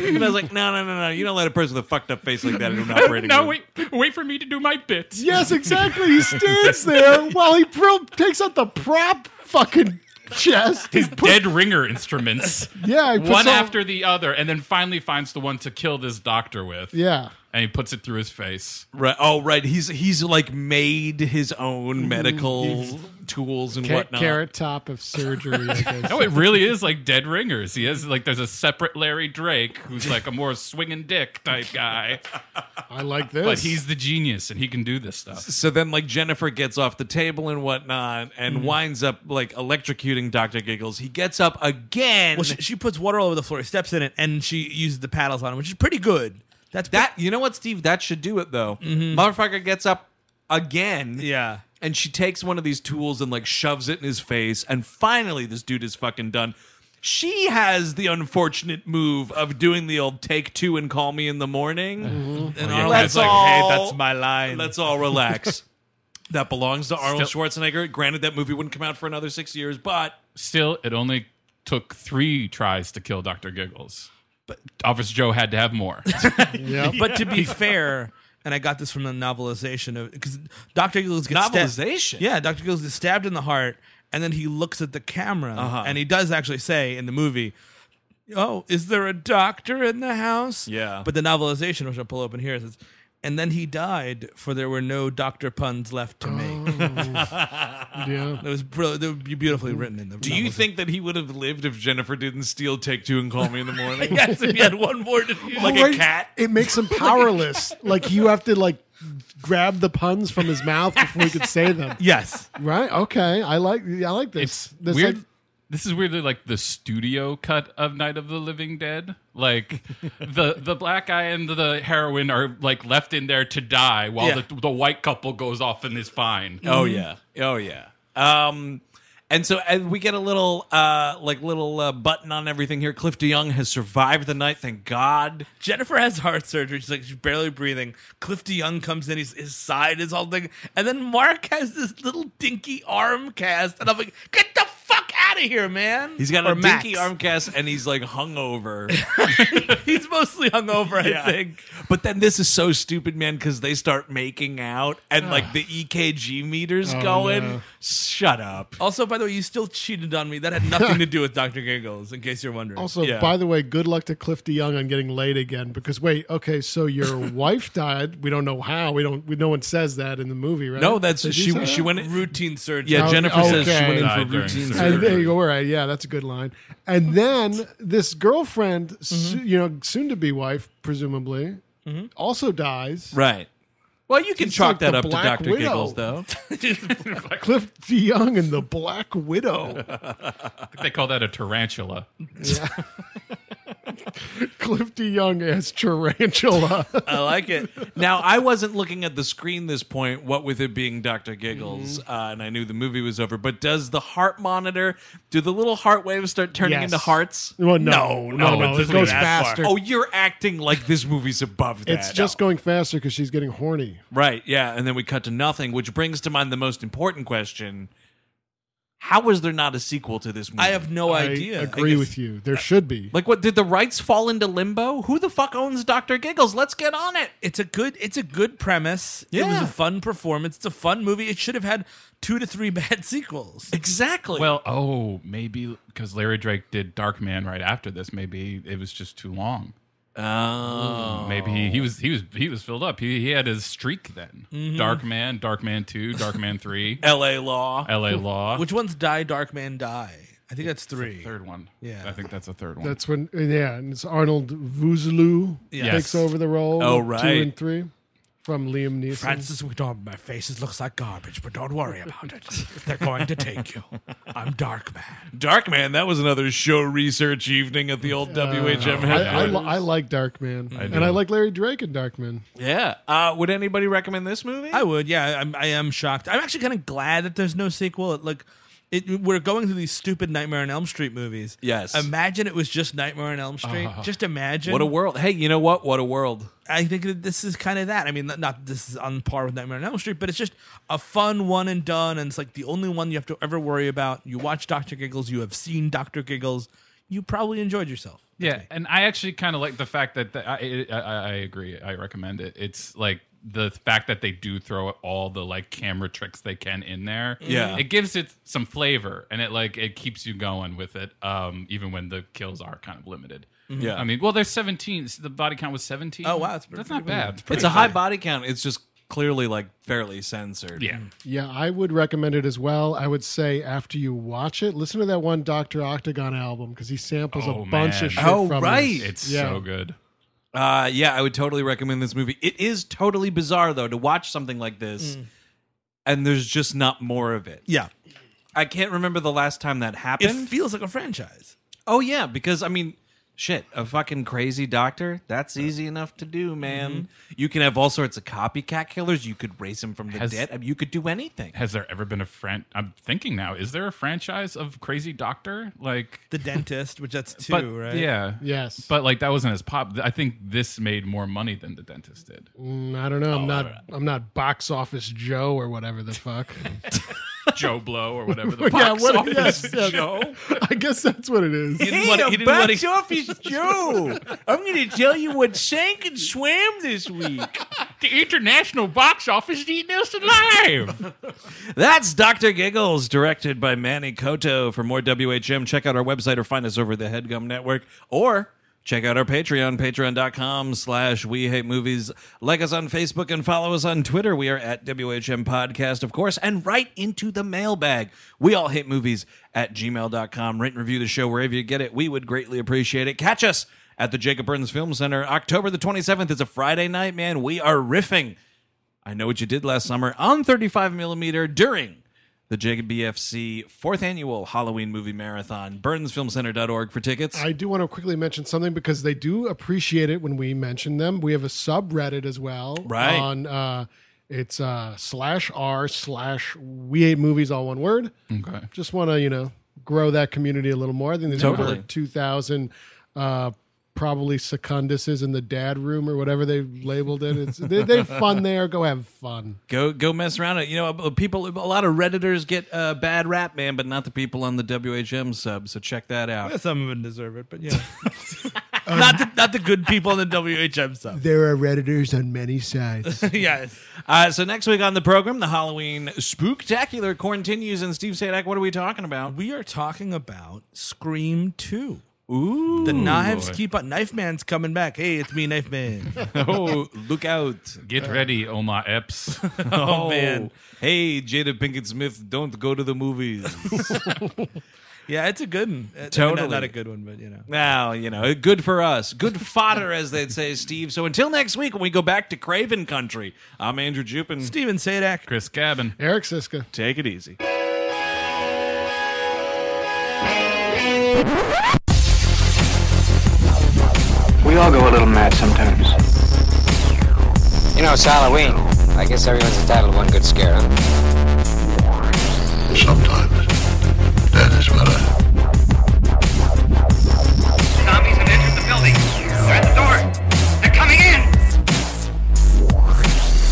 E: and I was like, no, no, no, no. You don't let a person with a fucked up face like that in an operating
I: no,
E: room.
I: wait, wait for me to do my bits.
C: Yes, exactly. He stands there while he pro- takes out the prop fucking chest.
I: His dead ringer
E: [LAUGHS]
I: instruments.
C: Yeah, he puts
I: one
C: all-
I: after the other, and then finally finds the one to kill this doctor with.
C: Yeah.
I: and he puts it through
E: [LAUGHS]
I: his face.
E: Right. Oh, right. He's he's like made his own medical
C: He's-
E: tools and
C: Ca-
E: whatnot.
C: carrot top of surgery. I guess. [LAUGHS]
I: No, it really is like dead ringers. He has like there's a separate Larry Drake who's like a more swinging dick type guy.
C: I like
I: But
E: [LAUGHS]
I: he's the genius, and he can do this stuff.
E: so then like Jennifer gets off the table and whatnot and
I: Mhm.
E: winds up like electrocuting Dr. Giggles. He gets up again.
B: Well, she, she puts water all over the floor. He steps in it, and she uses the paddles on him, which is pretty good. That's
E: that. You know what, Steve? That should do it though. Motherfucker gets up again.
B: Mm-hmm. Yeah.
E: And she takes one of these tools and like shoves it in his face. And finally, this dude is fucking done. She has the unfortunate move of doing the old take two and call me in the morning.
B: And
E: Well, yeah,
B: Arnold's
E: let's
B: like,
E: all-
B: "Hey, Mm-hmm. that's my line."
E: Let's
B: [LAUGHS]
E: all relax. that belongs to Arnold
I: Still-
E: Schwarzenegger. Granted, that movie wouldn't come out for another six years, but
I: Still, it only took three tries to kill Doctor Giggles. But Officer Joe had to have more.
E: [LAUGHS]
B: But to be fair, and I got this from the novelization of because Doctor Giggles gets stabbed-
E: Novelization?
B: yeah, Doctor Giggles is stabbed in the heart, and then he looks at the camera,
E: Uh-huh.
B: and he does actually say in the movie, "Oh, is there a doctor in the house?"
E: Yeah.
B: But the novelization, which I'll pull open here, says. And then he died, for there were no doctor puns left to
E: [LAUGHS]
B: make.
C: yeah,
B: it was brilliant. It would be beautifully written in the.
E: do you think that he would have lived if Jennifer didn't steal take two and call me in [LAUGHS] the morning?
B: yes, if he had one more to do,
E: like
C: Right?
E: a cat.
C: It makes him
E: [LAUGHS]
C: powerless. like you have to like grab the puns from his mouth before he could say
E: [LAUGHS]
C: them.
B: Yes.
C: Right. Okay. I like. I like this. this
I: Weird.
C: like-
I: this is weirdly like the studio cut of Night of the Living Dead. Like the the black guy and the heroine are like left in there to die while
E: Yeah. Mm-hmm.
I: the, the white couple goes off and is fine.
E: Oh yeah. Oh yeah. Um and so and we get a little uh like little uh, button on everything here. Cliff DeYoung has survived the night, thank God.
B: Jennifer has heart surgery. She's like she's barely breathing. Cliff DeYoung comes in. He's, his side is all thing, and then Mark has this little dinky arm cast, and I'm like, get the fuck out of here, man.
E: He's got
B: Or
E: a
B: Max.
E: dinky arm cast and he's like hungover.
B: [LAUGHS] He's mostly hungover, I think.
E: But then this is so stupid, man, because they start making out and like the EKG meters
B: Oh,
E: going.
B: no.
E: Shut up.
B: Also, by the way, you still cheated on me. That had nothing to do with Doctor Giggles, in case you're wondering.
C: Also, by the way, good luck to Cliff DeYoung on getting laid again. Because wait, okay, so
E: [LAUGHS]
C: your wife died. We don't know how. We don't. We, no one says that in the movie, right?
E: No, that's
C: Did you
E: she
C: say
E: she
C: that?
E: went
B: routine surgery.
E: Yeah,
C: Oh,
E: Jennifer says she
C: okay.
E: went in
I: Died
E: for
I: during
E: routine
I: surgery.
E: surgery.
C: And there you go. All right. Yeah, that's a good line. And then this girlfriend, so-
E: Mm-hmm.
C: you know, soon to be wife, presumably, also dies.
E: Right. Mm-hmm. Well, you can
C: She's like
E: chalk that
C: the
E: up to
C: Black
E: Dr.
C: Widow.
E: Giggles though.
C: Cliff DeYoung and the Black Widow.
E: [LAUGHS]
I: I think they call that a tarantula.
C: Cliff DeYoung as
E: [LAUGHS]
C: Tarantula.
E: I like it. Now, I wasn't looking at the screen this point, what with it being Dr. Giggles,
C: Mm-hmm.
E: uh, and I knew the movie was over, but does the heart monitor, do the little heart waves start turning
C: Yes.
E: into hearts?
C: Well, no, no, no, it goes faster.
E: Oh, you're acting like this movie's above that.
C: it's just going faster because she's getting horny.
E: Right, yeah, and then we cut to nothing, which brings to mind the most important question. How was there not a sequel to this movie?
B: I have no idea.
C: I agree with you. There should be.
E: Like, what did the rights fall into limbo? Who the fuck owns Doctor Giggles? Let's get on it.
B: It's a good. It's a good premise. It was
E: Yeah.
B: a fun performance. It's a fun movie. It should have had two to three [LAUGHS] bad sequels.
E: Exactly.
I: Well, oh, maybe because Larry Drake did Dark Man right after this. Maybe it was just too long.
E: Oh,
I: Maybe he, he was he was he was filled up. He, he had his streak then. Dark Man, Dark Man Two, Dark Man Three,
E: L.A. Law.
I: L.A. Law.
B: Which one's Die Dark Man Die? I think that's three.
I: third one?
B: Yeah.
I: I think that's the third one.
C: That's when, uh, yeah, and it's Arnold Vosloo
I: Yes.
C: takes over the role.
E: Oh,
C: of
E: right.
C: Two and three from Liam Neeson.
B: Francis McDormand, my faces looks like garbage, but don't worry about it. They're going to take you. I'm Dark Man.
E: Dark Man, that was another show research evening at the old WHM
C: I, I,
E: headquarters.
C: li- I like Darkman,
I: I
C: and
I: do.
C: I like Larry Drake in Darkman.
E: yeah. Uh, would anybody recommend this movie?
B: I would, yeah. I'm, I am shocked. I'm actually kind of glad that there's no sequel. It, like, it, we're going through these stupid Nightmare on Elm Street movies.
E: Yes.
B: Imagine it was just Nightmare on Elm Street. just imagine.
E: what a world. Hey, you know what? What a world.
B: I think that this is kind of that. I mean, not- not that this is on par with Nightmare on Elm Street, but it's just a fun one and done, and it's like the only one you have to ever worry about. You watch Doctor Giggles, you have seen Doctor Giggles, you probably enjoyed yourself.
I: Yeah, and I actually kind of like the fact that the, I, I I agree. I recommend it. It's like the fact that they do throw all the like camera tricks they can in there.
B: Mm.
N: Yeah.
I: it gives it some flavor, and it like it keeps you going with it, um, even when the kills are kind of limited.
E: Mm-hmm.
N: Mhm. Yeah.
I: I mean, well, there's 17. The body count was 17.
B: Oh, wow, that's pretty-
I: that's not
B: pretty good.
I: bad.
B: Pretty
E: it's a high
I: good.
E: body count. It's just clearly like fairly censored.
I: Yeah.
B: Mm.
C: Yeah, I would recommend it as well. I would say after you watch it, listen to that one Doctor Octagon album because he samples
I: Oh,
C: a bunch
I: man.
C: of shit.
E: Oh,
C: from
E: right.
C: this.
I: It's
C: yeah.
I: so good.
E: Uh, yeah, I would totally recommend this movie. It is totally bizarre though to watch something like this,
B: Mm.
E: and there's just not more of it.
B: Yeah.
E: I can't remember the last time that
B: It
E: happened.
B: feels like a franchise.
E: oh yeah, because I mean, shit, a fucking crazy doctor. That's easy enough to do, man. You can have all sorts of copycat killers. You could raise him from the
I: Has-
E: dead. I mean, you could do anything.
I: Has there ever been a fran? I'm thinking now. Is there a franchise of Crazy Doctor like
B: The Dentist, which that's two,
I: But-
B: right?
I: Yeah.
C: Yes.
I: But like that wasn't as pop. I think this made more money than the
C: [LAUGHS]
I: dentist did.
C: Mm, I don't know.
I: Oh,
C: I'm not. I'm not box office Joe or whatever the
I: [LAUGHS]
C: fuck. [LAUGHS]
I: Joe Blow or whatever
C: [LAUGHS]
I: the
C: Yeah,
I: box
C: what-
I: office
C: yes, yes.
I: Joe.
C: I guess that's what it is.
I: didn't wanna- he
E: [LAUGHS]
I: didn't wanna-
D: office Joe. I'm going to tell you what sank and swam this week.
I: The international box office eating
C: [LAUGHS]
I: us alive.
E: That's Dr. Giggles, directed by Manny Koto. For more WHM, check out our website or find us over the Headgum Network or check out our Patreon, patreon.com slash we hate movies. Like us on Facebook and follow us on Twitter. We are at WHM Podcast, of course, and right into the mailbag. We all hate movies at gmail.com. Rate and review the show wherever you get it. We would greatly appreciate it. Catch us at the Jacob Burns Film Center. October the 27th is a Friday night, man. We are riffing. I know what you did last summer on 35 millimeter during the Jacob BFC fourth annual Halloween movie marathon. BurnsFilmCenter.org for tickets.
C: I do want to quickly mention something because they do appreciate it when we mention them. We have a subreddit as well.
E: Right.
C: On uh it's uh slash R slash we hate movies all one word.
I: Okay.
C: Just wanna, you know, grow that community a little more. I think there's
E: Totally.
C: over two thousand uh probably secunduses in the dad room or whatever they labeled it. It's they they fun there. Go have fun.
E: Go go mess around. You know, people, a lot of redditors get uh, bad rap, man, but not the people on the WHM sub. So check that out.
B: Yeah, some of them deserve it, but
E: [LAUGHS]
B: yeah. not the, not the good people on the WHM
C: [LAUGHS]
B: stuff.
C: There are redditors on many sides.
B: yes.
E: Uh, so next week on the program, the Halloween spooktacular continues. And Steve Sadak, what are we talking about?
B: We are talking about Scream Two.
E: Ooh,
B: The knives keep on. Knife Man's coming back. Hey, it's me, Knife
E: [LAUGHS]
B: Man.
E: [LAUGHS] oh, look out!
I: Get ready, Omar Epps.
E: [LAUGHS] Oh, man! Hey, Jada Pinkett Smith, don't go to the movies.
B: yeah, it's a good one. Uh,
E: Totally.
B: Not, not a good one, but you know.
E: Now, you know, good for us. Good fodder, as they'd say, Steve. So until next week, when we go back to Craven Country, I'm Andrew Jupin.
B: Steven Sadak.
I: Chris Cabin.
C: Eric Siska.
E: Take it easy.
G: We all go a little mad sometimes. You know, it's Halloween. I guess everyone's entitled to one good scare, huh?
H: Sometimes that is better.
W: Zombies have entered the building. They're at the door. They're coming in.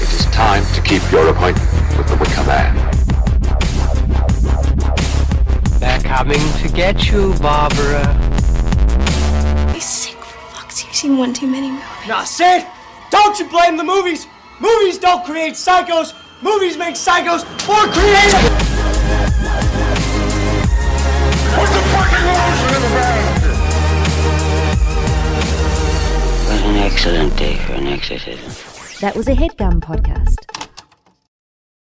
H: It is time to keep your appointment with the Wicker Man.
G: They're coming to get you, Barbara.
X: He's sick for fuck's sake. He's seen one too many movies.
D: Now, Sid, don't you blame the movies. Movies don't create psychos. Movies make psychos more creative.
F: What an excellent day for an exorcism.
Y: That was a headgum podcast.